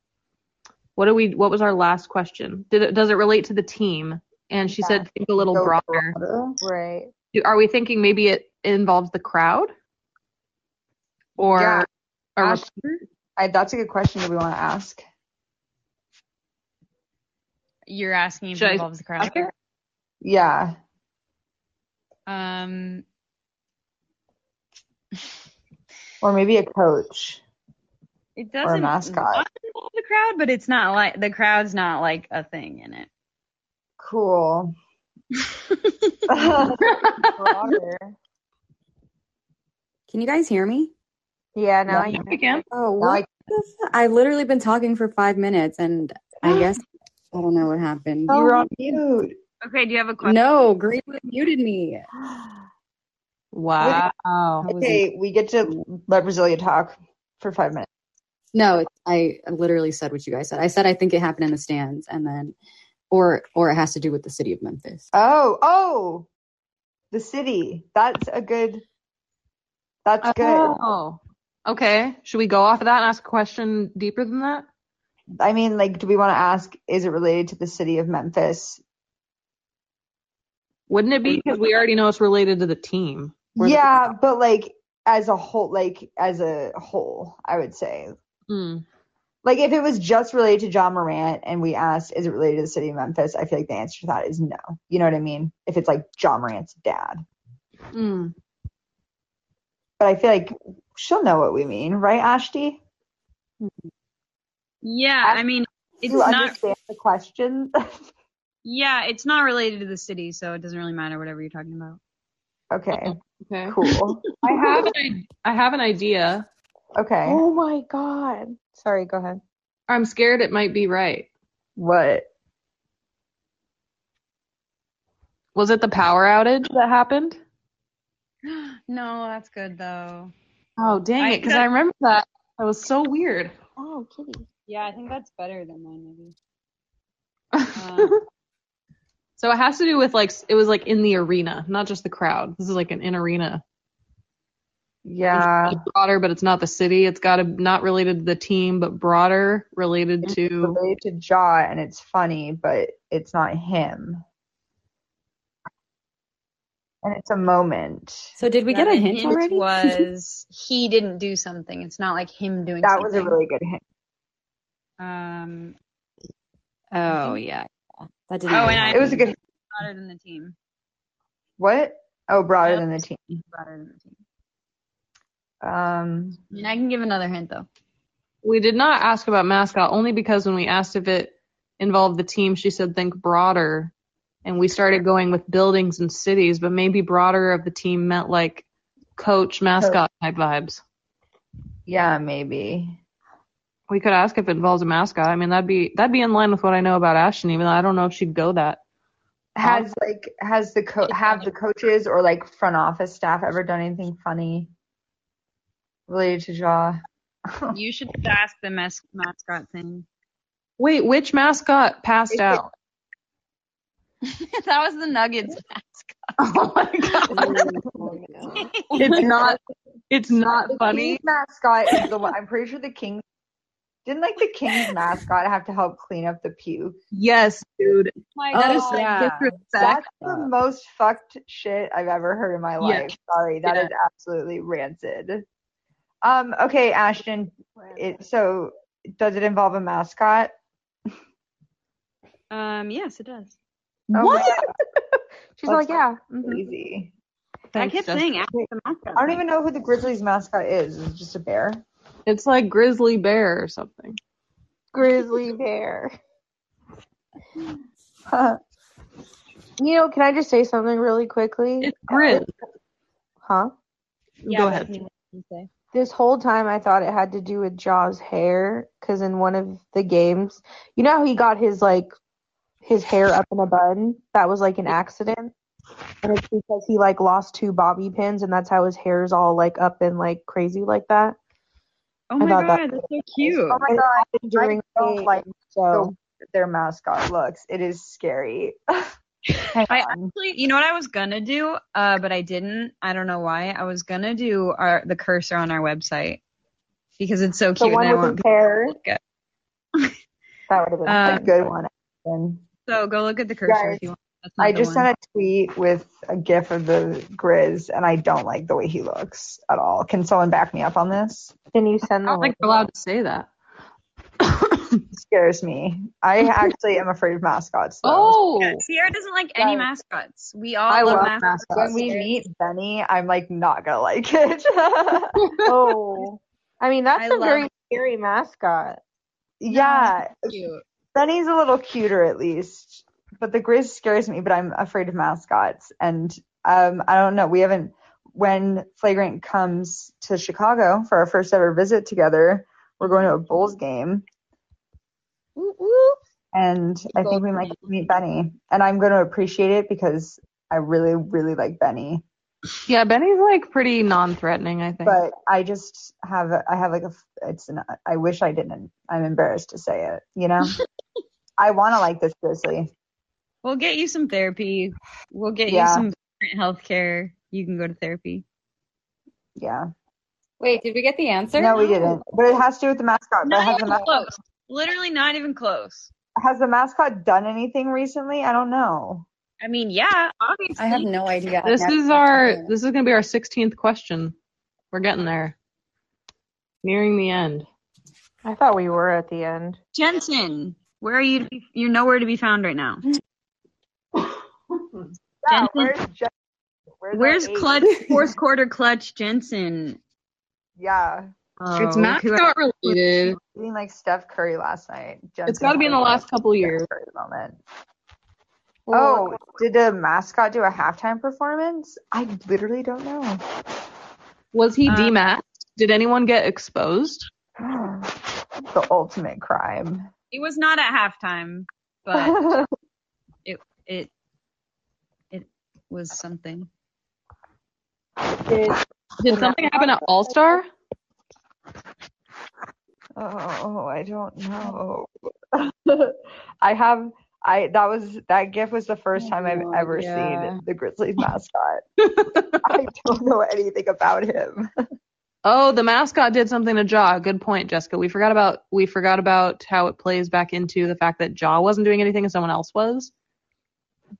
Speaker 2: What do we? What was our last question? Did it? Does it relate to the team? And she said, think a little
Speaker 1: Go
Speaker 2: broader.
Speaker 1: broader.
Speaker 8: Right.
Speaker 2: Do- Are we thinking maybe it involves the crowd? Or
Speaker 1: Yeah.
Speaker 2: a
Speaker 1: Ask- I, that's a good question that we want to ask.
Speaker 4: You're asking if
Speaker 2: Should
Speaker 4: it
Speaker 2: I-
Speaker 4: involves the crowd.
Speaker 2: reporter?
Speaker 1: Yeah.
Speaker 4: Um,
Speaker 1: Or maybe a coach
Speaker 4: it
Speaker 1: or a
Speaker 4: doesn't
Speaker 1: mascot.
Speaker 4: not involve the crowd, but it's not like the crowd's not like a thing in it.
Speaker 1: Cool. Broader.
Speaker 10: Can you guys hear me?
Speaker 8: Yeah, now
Speaker 1: Yeah.
Speaker 8: I
Speaker 2: Again?
Speaker 10: Oh,
Speaker 1: Now I-
Speaker 10: what? the fu- I've literally been talking for five minutes, and I guess I don't know what happened.
Speaker 1: You were on mute.
Speaker 4: Okay, do you have a question?
Speaker 10: No, Greenwood muted me.
Speaker 2: Wow.
Speaker 10: I was
Speaker 1: Okay, we get to let Brasilia talk for five minutes.
Speaker 10: No, it, I literally said what you guys said. I said I think it happened in the stands, and then, or or it has to do with the city of Memphis.
Speaker 1: Oh, oh, the city. That's a good. That's good.
Speaker 2: Oh. Okay. Should we go off of that and ask a question deeper than that?
Speaker 1: I mean, like, do we want to ask? Is it related to the city of Memphis?
Speaker 2: Wouldn't it be because we already know it's related to the team?
Speaker 10: Or the-
Speaker 1: yeah, but like as a whole, like as a whole, I would say.
Speaker 2: Hmm.
Speaker 1: Like if it was just related to John Morant and we asked, is it related to the city of Memphis? I feel like the answer to that is no. You know what I mean? If it's like John Morant's dad.
Speaker 2: Hmm.
Speaker 1: But I feel like she'll know what we mean, right, Ashti?
Speaker 4: Yeah, I mean, it's
Speaker 1: you
Speaker 4: not.
Speaker 1: understand the question?
Speaker 4: Yeah, it's not related to the city, so it doesn't really matter whatever you're talking about.
Speaker 1: okay.
Speaker 2: Okay.
Speaker 1: Cool.
Speaker 2: I have an idea. I have an idea.
Speaker 1: Okay.
Speaker 8: Oh my god. Sorry, go ahead.
Speaker 2: I'm scared it might be right.
Speaker 1: What?
Speaker 2: Was it the power outage that happened?
Speaker 4: No, that's good though.
Speaker 2: Oh dang
Speaker 4: I-
Speaker 2: it! Because I remember that. That was so weird.
Speaker 8: Oh, kitty.
Speaker 4: Yeah, I think that's better than mine, maybe. Um,
Speaker 2: so it has to do with like s- it was like in the arena, not just the crowd. This is like an in arena.
Speaker 1: Yeah.
Speaker 2: Broader, but it's not the city. It's got to not related to the team, but broader related
Speaker 1: It's
Speaker 2: to.
Speaker 1: related to Jaw and it's funny, but it's not him. And it's a moment.
Speaker 10: So did we get a hint already?
Speaker 4: was he didn't do something. It's not like him doing
Speaker 1: That was
Speaker 4: something.
Speaker 1: a really good hint.
Speaker 4: um,
Speaker 10: oh yeah, yeah. that didn't.
Speaker 4: Oh,
Speaker 10: really
Speaker 4: and I-
Speaker 1: It was a good
Speaker 4: broader than the team.
Speaker 1: What? Oh, broader
Speaker 4: Yep.
Speaker 1: than the team.
Speaker 4: Broader than the team.
Speaker 1: Um,
Speaker 4: I mean, I can give another hint though.
Speaker 2: We did not ask about mascot only because when we asked if it involved the team, she said think broader, and we started going with buildings and cities, but maybe broader of the team meant like coach mascot type vibes.
Speaker 1: yeah, maybe.
Speaker 2: We could ask if it involves a mascot. I mean, that'd be that'd be in line with what I know about Ashton, even though I don't know if she'd go that.
Speaker 1: Has like has the co- have the coaches or like front office staff ever done anything funny related to Jaw?
Speaker 4: You should ask the mas- mascot thing.
Speaker 2: Wait, which mascot passed
Speaker 1: It's-
Speaker 2: out?
Speaker 4: that was the Nuggets mascot.
Speaker 2: Oh my god. It's not it's not Uh, funny.
Speaker 1: Kings mascot is the one. I'm pretty sure the Kings didn't like the Kings mascot have to help clean up the puke.
Speaker 2: Yes, dude.
Speaker 4: My
Speaker 10: Oh,
Speaker 4: God.
Speaker 2: Just like
Speaker 10: yeah.
Speaker 2: disrespect.
Speaker 1: That's the most fucked shit I've ever heard in my life. Sorry, that is
Speaker 2: Yeah.
Speaker 1: absolutely rancid. Um, okay, Ashton, it, so does it involve a mascot?
Speaker 4: Um, yes, it does.
Speaker 1: Oh,
Speaker 2: What?
Speaker 1: yeah.
Speaker 8: She's like, yeah. mm-hmm."
Speaker 1: Crazy.
Speaker 4: I
Speaker 2: Thanks,
Speaker 4: kept
Speaker 2: Justin.
Speaker 4: saying ask the mascot.
Speaker 1: I don't even know who the Grizzlies mascot is. Is it just a bear?
Speaker 2: It's like grizzly bear or something.
Speaker 8: Grizzly bear.
Speaker 1: Huh.
Speaker 8: You know, can I just say something really quickly?
Speaker 2: It's grizz.
Speaker 8: huh?
Speaker 4: Yeah,
Speaker 2: Go
Speaker 4: that's
Speaker 2: ahead.
Speaker 4: what I'm gonna say.
Speaker 8: This whole time I thought it had to do with Jaw's hair cuz in one of the games, you know how he got his like his hair up in a bun? That was like an accident. And it's because he like lost two bobby pins and that's how his hair is all like up and like crazy like that.
Speaker 4: Oh my
Speaker 8: thought
Speaker 4: god,
Speaker 8: that-
Speaker 4: that's so cute.
Speaker 1: Oh my god,
Speaker 8: During
Speaker 1: I don't
Speaker 8: the-
Speaker 1: like
Speaker 8: So
Speaker 1: their mascot looks. It is scary. Hang
Speaker 4: I
Speaker 1: on.
Speaker 4: actually, you know what I was gonna do, uh, but I didn't. I don't know why. I was gonna do our the cursor on our website because it's so
Speaker 8: the
Speaker 4: cute and
Speaker 8: one
Speaker 4: I
Speaker 8: with
Speaker 4: want
Speaker 8: his
Speaker 4: people
Speaker 8: hair.
Speaker 4: to look at.
Speaker 1: That would have been
Speaker 4: Um,
Speaker 1: a good one. Then.
Speaker 4: So go look at the cursor
Speaker 1: Guys,
Speaker 4: if you want. That's
Speaker 1: I
Speaker 4: another
Speaker 1: just
Speaker 4: one.
Speaker 1: sent a tweet with a gif of the Grizz, and I don't like the way he looks at all. Can someone back me up on this? Can you send?
Speaker 2: I don't think you're allowed to say that.
Speaker 1: scares me. I actually am afraid of mascots. Though.
Speaker 2: Oh,
Speaker 4: Sierra doesn't like any mascots. We all
Speaker 1: I
Speaker 4: love,
Speaker 1: love
Speaker 4: mascots.
Speaker 1: When we meet Benny, I'm like not gonna like it.
Speaker 4: oh,
Speaker 1: I mean, that's
Speaker 4: a
Speaker 1: a
Speaker 4: very
Speaker 1: very scary mascot. Yeah,
Speaker 4: cute.
Speaker 1: Benny's a little cuter at least, but the Grizz scares me. But I'm afraid of mascots, and um, I don't know. We haven't. When Flagrant comes to Chicago for our first ever visit together, we're going to a Bulls game, and I think we might get to meet Benny. And I'm going to appreciate it because I really, really like Benny.
Speaker 2: yeah. Benny's like pretty non-threatening. I think.
Speaker 1: But I just have, a, I have like a, f- it's an, I wish I didn't. I'm embarrassed to say it. You know, I want to like this Grizzly.
Speaker 4: We'll get you some therapy. We'll get
Speaker 1: Yeah.
Speaker 4: you some health care. You can go to therapy.
Speaker 1: Yeah.
Speaker 3: Wait, did we get the answer?
Speaker 1: No, we didn't. But it has to do with the mascot. But has
Speaker 4: Not
Speaker 1: the,
Speaker 4: even
Speaker 1: ma-
Speaker 4: close. Literally not even close.
Speaker 1: has the mascot done anything recently? I don't know.
Speaker 4: I mean, yeah, obviously.
Speaker 3: I have no idea.
Speaker 2: This
Speaker 3: I've
Speaker 2: is
Speaker 3: never-
Speaker 2: our. This is gonna be our 16th question. We're getting there. Nearing the end.
Speaker 1: I thought we were at the end.
Speaker 4: Jensen, where are you? To be, you're nowhere to be found right now.
Speaker 1: Yeah,
Speaker 4: Jensen-
Speaker 1: where's Je- where's, our
Speaker 4: Where's
Speaker 1: eight?
Speaker 4: clutch? Fourth quarter clutch, Jensen.
Speaker 1: Yeah,
Speaker 2: it's
Speaker 4: Oh,
Speaker 2: mascot related.
Speaker 1: being like Steph Curry last night.
Speaker 2: It's got to be in the last couple years.
Speaker 1: Curry moment. Oh, did the mascot do a halftime performance? I literally don't know.
Speaker 2: Was he
Speaker 4: Uh,
Speaker 2: demasked? Did anyone get exposed?
Speaker 1: the ultimate crime.
Speaker 4: It was not at halftime, but it it it was something.
Speaker 1: Did-
Speaker 2: Did something happen at All Star?
Speaker 1: Oh, I don't know. I have I that was that gif was the first time I've
Speaker 3: no
Speaker 1: ever
Speaker 3: idea.
Speaker 1: seen the Grizzlies mascot. I don't know anything about him.
Speaker 2: Oh, the mascot did something to Jaw. Good point, Jessica. We forgot about we forgot about how it plays back into the fact that Jaw wasn't doing anything and someone else was.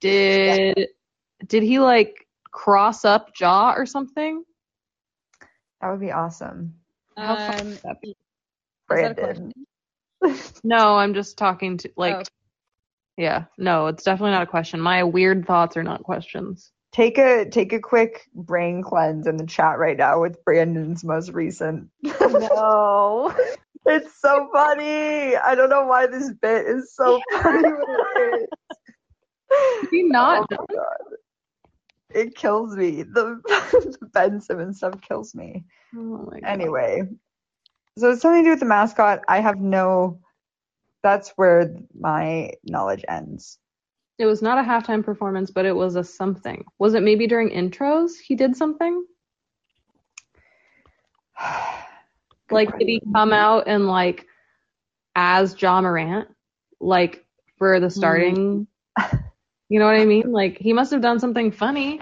Speaker 2: Did did he like cross up Jaw or something?
Speaker 1: That would be awesome.
Speaker 2: How fun
Speaker 4: Um,
Speaker 2: would that be?
Speaker 4: that a
Speaker 1: Brandon.
Speaker 2: No, I'm just talking to like
Speaker 4: Oh.
Speaker 2: yeah. No, it's definitely not a question. My weird thoughts are not questions.
Speaker 1: Take a take a quick brain cleanse in the chat right now with Brandon's most recent.
Speaker 11: No.
Speaker 1: It's so funny. I don't know why this bit is so funny. when it is.
Speaker 2: Did he not?
Speaker 1: Oh my god. It kills me. The, the Ben Simmons stuff kills me.
Speaker 2: Oh my God.
Speaker 1: Anyway, so it's something to do with the mascot. I have no. That's where my knowledge ends.
Speaker 2: It was not a halftime performance, but it was a something. Was it maybe during intros he did something? Like did he come out and like as Ja Morant? Like for the starting You know what I mean? Like he must have done something funny.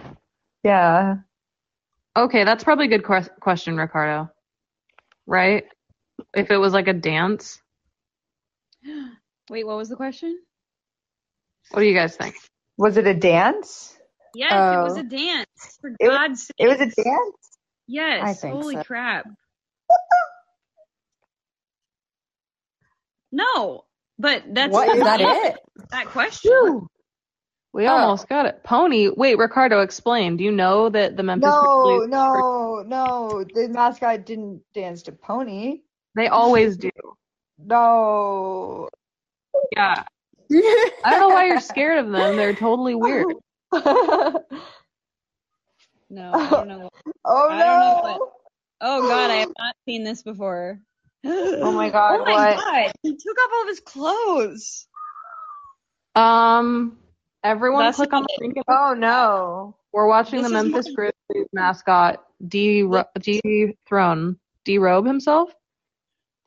Speaker 1: Yeah.
Speaker 2: Okay, that's probably a good ques- question, Ricardo. Right? If it was like a dance,
Speaker 4: Wait, what was the question?
Speaker 2: what do you guys think?
Speaker 1: Was it a dance?
Speaker 4: Yes, it was
Speaker 3: Oh.
Speaker 4: a dance. For
Speaker 1: It was-
Speaker 4: God's sake.
Speaker 1: It was a dance.
Speaker 4: Yes.
Speaker 3: I think
Speaker 4: holy
Speaker 3: so.
Speaker 4: crap. no, but that's
Speaker 3: what
Speaker 4: not
Speaker 3: is that?
Speaker 4: the answer
Speaker 3: It?
Speaker 4: to that question.
Speaker 2: Whew. We
Speaker 3: Oh.
Speaker 2: almost got it. Pony. Wait, Ricardo, explain. Do you know that the Memphis
Speaker 1: No,
Speaker 2: Grizzlies
Speaker 1: no, no. The mascot didn't dance to Pony.
Speaker 2: They always do.
Speaker 1: No.
Speaker 2: Yeah. I don't know why you're scared of them. They're totally weird.
Speaker 1: oh
Speaker 4: No, I don't know. I don't know
Speaker 1: no.
Speaker 4: Oh God, I have not seen this before.
Speaker 11: Oh my god,
Speaker 4: oh my
Speaker 11: what?
Speaker 4: God, he took off all of his clothes.
Speaker 2: Um, everyone
Speaker 4: That's
Speaker 2: click on
Speaker 4: not
Speaker 2: the link.
Speaker 11: Oh no.
Speaker 2: We're watching the
Speaker 4: This is
Speaker 2: Memphis Grizzlies mascot de- dethrone, derobe himself.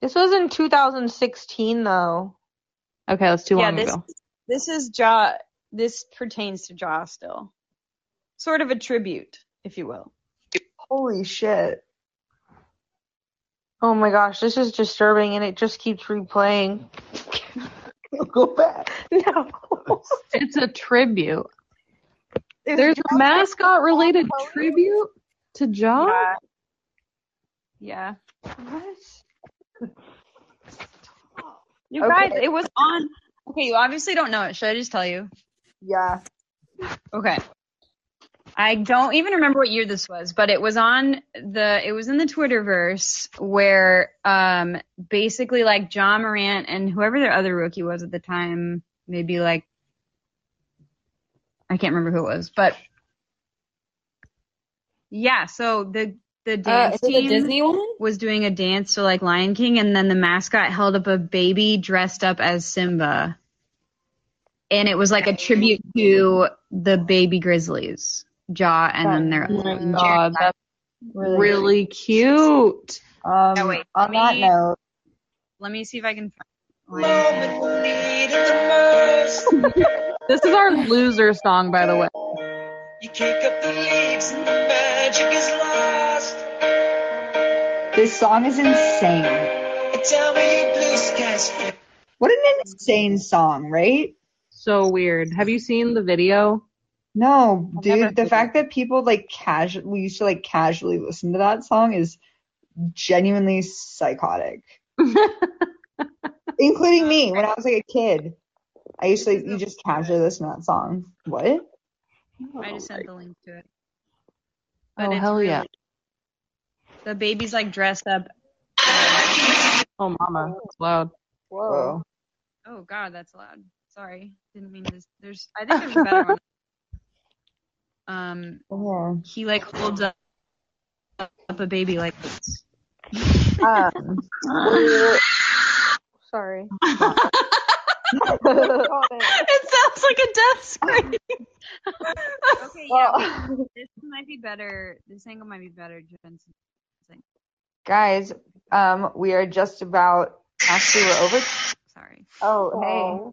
Speaker 11: This was in 2016 though.
Speaker 2: Okay, that's too
Speaker 4: yeah,
Speaker 2: long
Speaker 4: this
Speaker 2: ago.
Speaker 4: this is Jaw. This pertains to Jaw still, sort of a tribute, if you will.
Speaker 1: Holy shit.
Speaker 11: Oh my gosh, this is disturbing and it just keeps replaying.
Speaker 12: Go back.
Speaker 8: No.
Speaker 2: It's a tribute. There's a mascot related tribute to Jaw?
Speaker 4: Yeah.
Speaker 8: What?
Speaker 4: You
Speaker 8: Okay.
Speaker 4: guys, it was on. Okay, you obviously don't know it. Should I just tell you?
Speaker 8: Yeah.
Speaker 4: Okay. I don't even remember what year this was, but it was on the it was in the Twitterverse where um basically like John Morant and whoever their other rookie was at the time, maybe like I can't remember who it was, but yeah, so the the
Speaker 3: Uh,
Speaker 4: dance
Speaker 3: is it the
Speaker 4: team
Speaker 3: Disney one?
Speaker 4: was doing a dance to like Lion King and then the mascot held up a baby dressed up as Simba. And it was like a tribute to the baby grizzlies, Jaw and then their
Speaker 2: Oh God, that's really cute.
Speaker 1: Um,
Speaker 4: Oh, wait,
Speaker 1: on
Speaker 4: let
Speaker 1: that
Speaker 4: me-
Speaker 1: note,
Speaker 4: Let me see if I can
Speaker 2: This is our loser song, by the way.
Speaker 1: this song is insane. What an insane song, right?
Speaker 2: So weird. Have you seen the video?
Speaker 1: No,
Speaker 2: never
Speaker 1: dude, the
Speaker 2: heard
Speaker 1: fact that people like casually used to like casually listen to that song is genuinely psychotic. Including me when I was like a kid. I used to like, you just casually listen to that song. What?
Speaker 4: I just sent the link to it.
Speaker 2: Oh, hell yeah.
Speaker 4: The baby's like dressed up.
Speaker 2: Oh, mama. It's loud.
Speaker 1: Whoa.
Speaker 4: Oh God, that's loud. Sorry, didn't mean this. There's, I think there's a better one. Um, he like holds up, up a baby like this.
Speaker 8: Um, we're- sorry. Got it.
Speaker 4: It sounds like a death scream. okay,
Speaker 2: Oh.
Speaker 4: yeah.
Speaker 8: Well-
Speaker 4: wait, this might be better. This angle might be better, Jensen.
Speaker 1: Guys, um, we are just about actually we're over
Speaker 4: Sorry.
Speaker 1: Oh,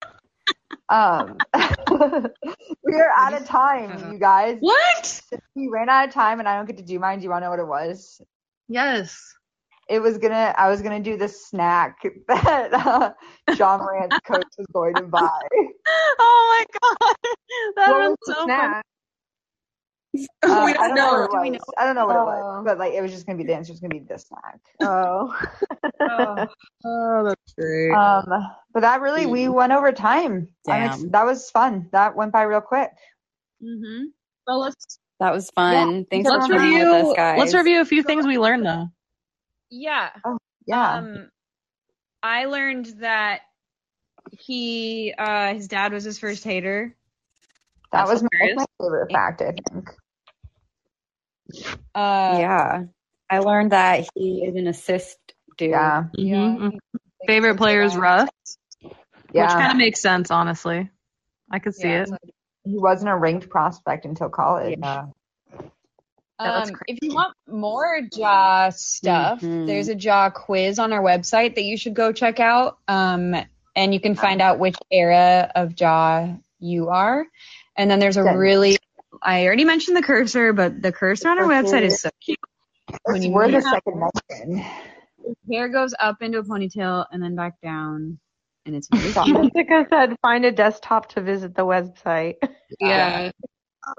Speaker 1: hey. Um, we are out of time, you guys.
Speaker 2: Uh-huh. What?
Speaker 1: We ran out of time, and I don't get to do mine. Do you want to know what it was?
Speaker 2: Yes.
Speaker 1: It was gonna. I was gonna do the snack that uh, John Morant's coach was going to buy.
Speaker 2: Oh my god. That
Speaker 1: What
Speaker 2: was,
Speaker 1: was the
Speaker 2: so
Speaker 1: snack?
Speaker 2: funny.
Speaker 1: Uh,
Speaker 2: we
Speaker 1: I
Speaker 2: don't
Speaker 1: don't
Speaker 2: know.
Speaker 1: know what it
Speaker 2: Do we
Speaker 1: was. I don't know what it
Speaker 8: Oh.
Speaker 1: was, but like it was just gonna be the answer was gonna be this snack.
Speaker 8: Oh.
Speaker 2: Oh, that's great.
Speaker 10: Uh,
Speaker 1: Um, but that really we went over time. I'm ex-
Speaker 10: Damn.
Speaker 1: that was fun. That went by real quick.
Speaker 4: Mm-hmm. Well, let's.
Speaker 10: That was fun. Thanks
Speaker 2: let's
Speaker 10: for being
Speaker 2: review.
Speaker 10: with us, guys.
Speaker 2: Let's review a few things we learned though.
Speaker 4: Yeah.
Speaker 2: Ah.
Speaker 1: Yeah.
Speaker 4: Um, I learned that he, uh, his dad was his first hater.
Speaker 1: That was
Speaker 4: That's
Speaker 1: my, that's
Speaker 4: hilarious.
Speaker 1: my favorite fact, I think.
Speaker 4: Uh,
Speaker 10: yeah. I learned that he is an assist dude.
Speaker 1: Yeah.
Speaker 2: Mhm. Favorite players, rough, which
Speaker 1: Yeah.
Speaker 2: kind of makes sense, honestly. I could see
Speaker 4: Yeah,
Speaker 2: it.
Speaker 4: it's
Speaker 1: He wasn't a ranked prospect until college.
Speaker 10: Yeah.
Speaker 2: That's
Speaker 4: Um, if you want more jaw stuff,
Speaker 10: Mhm.
Speaker 4: there's a jaw quiz on our website that you should go check out. Um, and you can find out which era of jaw you are. And then there's a
Speaker 1: Good.
Speaker 4: really, I already mentioned the cursor, but the cursor on our website is so cute. When
Speaker 1: It's
Speaker 4: you
Speaker 1: worth
Speaker 4: move
Speaker 1: a
Speaker 4: it up,
Speaker 1: second mention.
Speaker 4: hair goes up into a ponytail and then back down, and it's very
Speaker 1: Stop.
Speaker 4: cute.
Speaker 8: Jessica said find a desktop to visit the website.
Speaker 2: Yeah.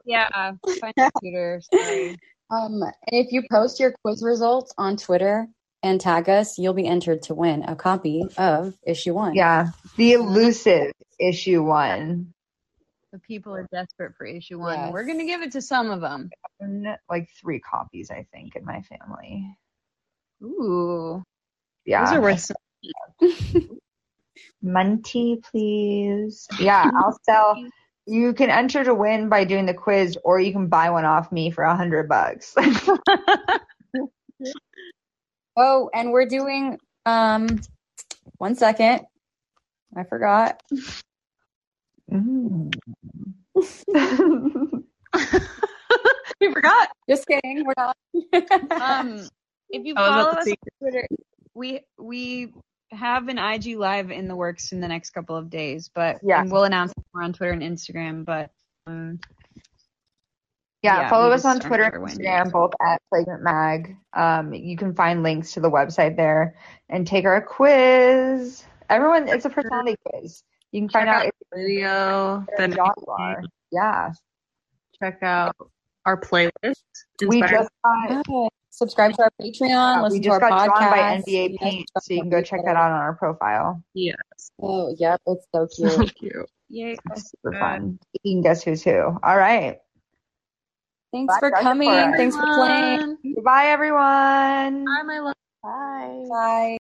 Speaker 4: Yeah, find a computer. Sorry.
Speaker 10: Um, and if you post your quiz results on Twitter and tag us, you'll be entered to win a copy of issue one.
Speaker 1: Yeah. The elusive issue one.
Speaker 4: The people are desperate for issue one.
Speaker 10: Yes.
Speaker 4: We're gonna give it to some of them.
Speaker 1: Like three copies, I think, in my family.
Speaker 4: Ooh, those
Speaker 1: Yeah.
Speaker 4: are worth some.
Speaker 1: Munty, please. Yeah, I'll sell. You can enter to win by doing the quiz, or you can buy one off me for a hundred bucks.
Speaker 10: Oh, and we're doing um one second. I forgot.
Speaker 1: Mm.
Speaker 2: We forgot.
Speaker 10: Just kidding, we're not.
Speaker 4: um, if you
Speaker 2: I was about
Speaker 4: follow
Speaker 2: to
Speaker 4: us
Speaker 2: see.
Speaker 4: on Twitter, we we have an IG live in the works in the next couple of days, but
Speaker 1: Yeah.
Speaker 4: and we'll announce more on Twitter and Instagram. But um,
Speaker 1: Yeah,
Speaker 4: Yeah,
Speaker 1: follow
Speaker 4: we
Speaker 1: us
Speaker 4: just
Speaker 1: on
Speaker 4: aren't
Speaker 1: Twitter
Speaker 4: sure
Speaker 1: and
Speaker 4: when.
Speaker 1: Instagram, both at Flagrant Mag. Um, you can find links to the website there and take our quiz. Everyone, it's a personality quiz. You can find out if
Speaker 2: video
Speaker 1: then Jaws are. Yeah.
Speaker 2: Check out our playlist.
Speaker 1: We
Speaker 2: Inspired-
Speaker 1: just got
Speaker 10: subscribe to our Patreon.
Speaker 1: yeah, we
Speaker 10: listen to
Speaker 1: just
Speaker 10: our
Speaker 1: got drawn by
Speaker 10: podcast.
Speaker 1: NBA
Speaker 10: Yes,
Speaker 1: Paint, so you can go check that out on our profile.
Speaker 2: yes.
Speaker 10: Oh, yep, it's so
Speaker 2: So
Speaker 10: cute.
Speaker 2: cute.
Speaker 4: Yay.
Speaker 1: It's super fun. You can guess who's who. All right.
Speaker 3: Thanks
Speaker 1: Bye,
Speaker 3: for
Speaker 1: Dr.
Speaker 3: coming.
Speaker 1: Cora.
Speaker 3: Thanks for playing.
Speaker 2: Everyone.
Speaker 1: Goodbye, everyone.
Speaker 2: Bye, my love.
Speaker 8: Bye.
Speaker 3: Bye.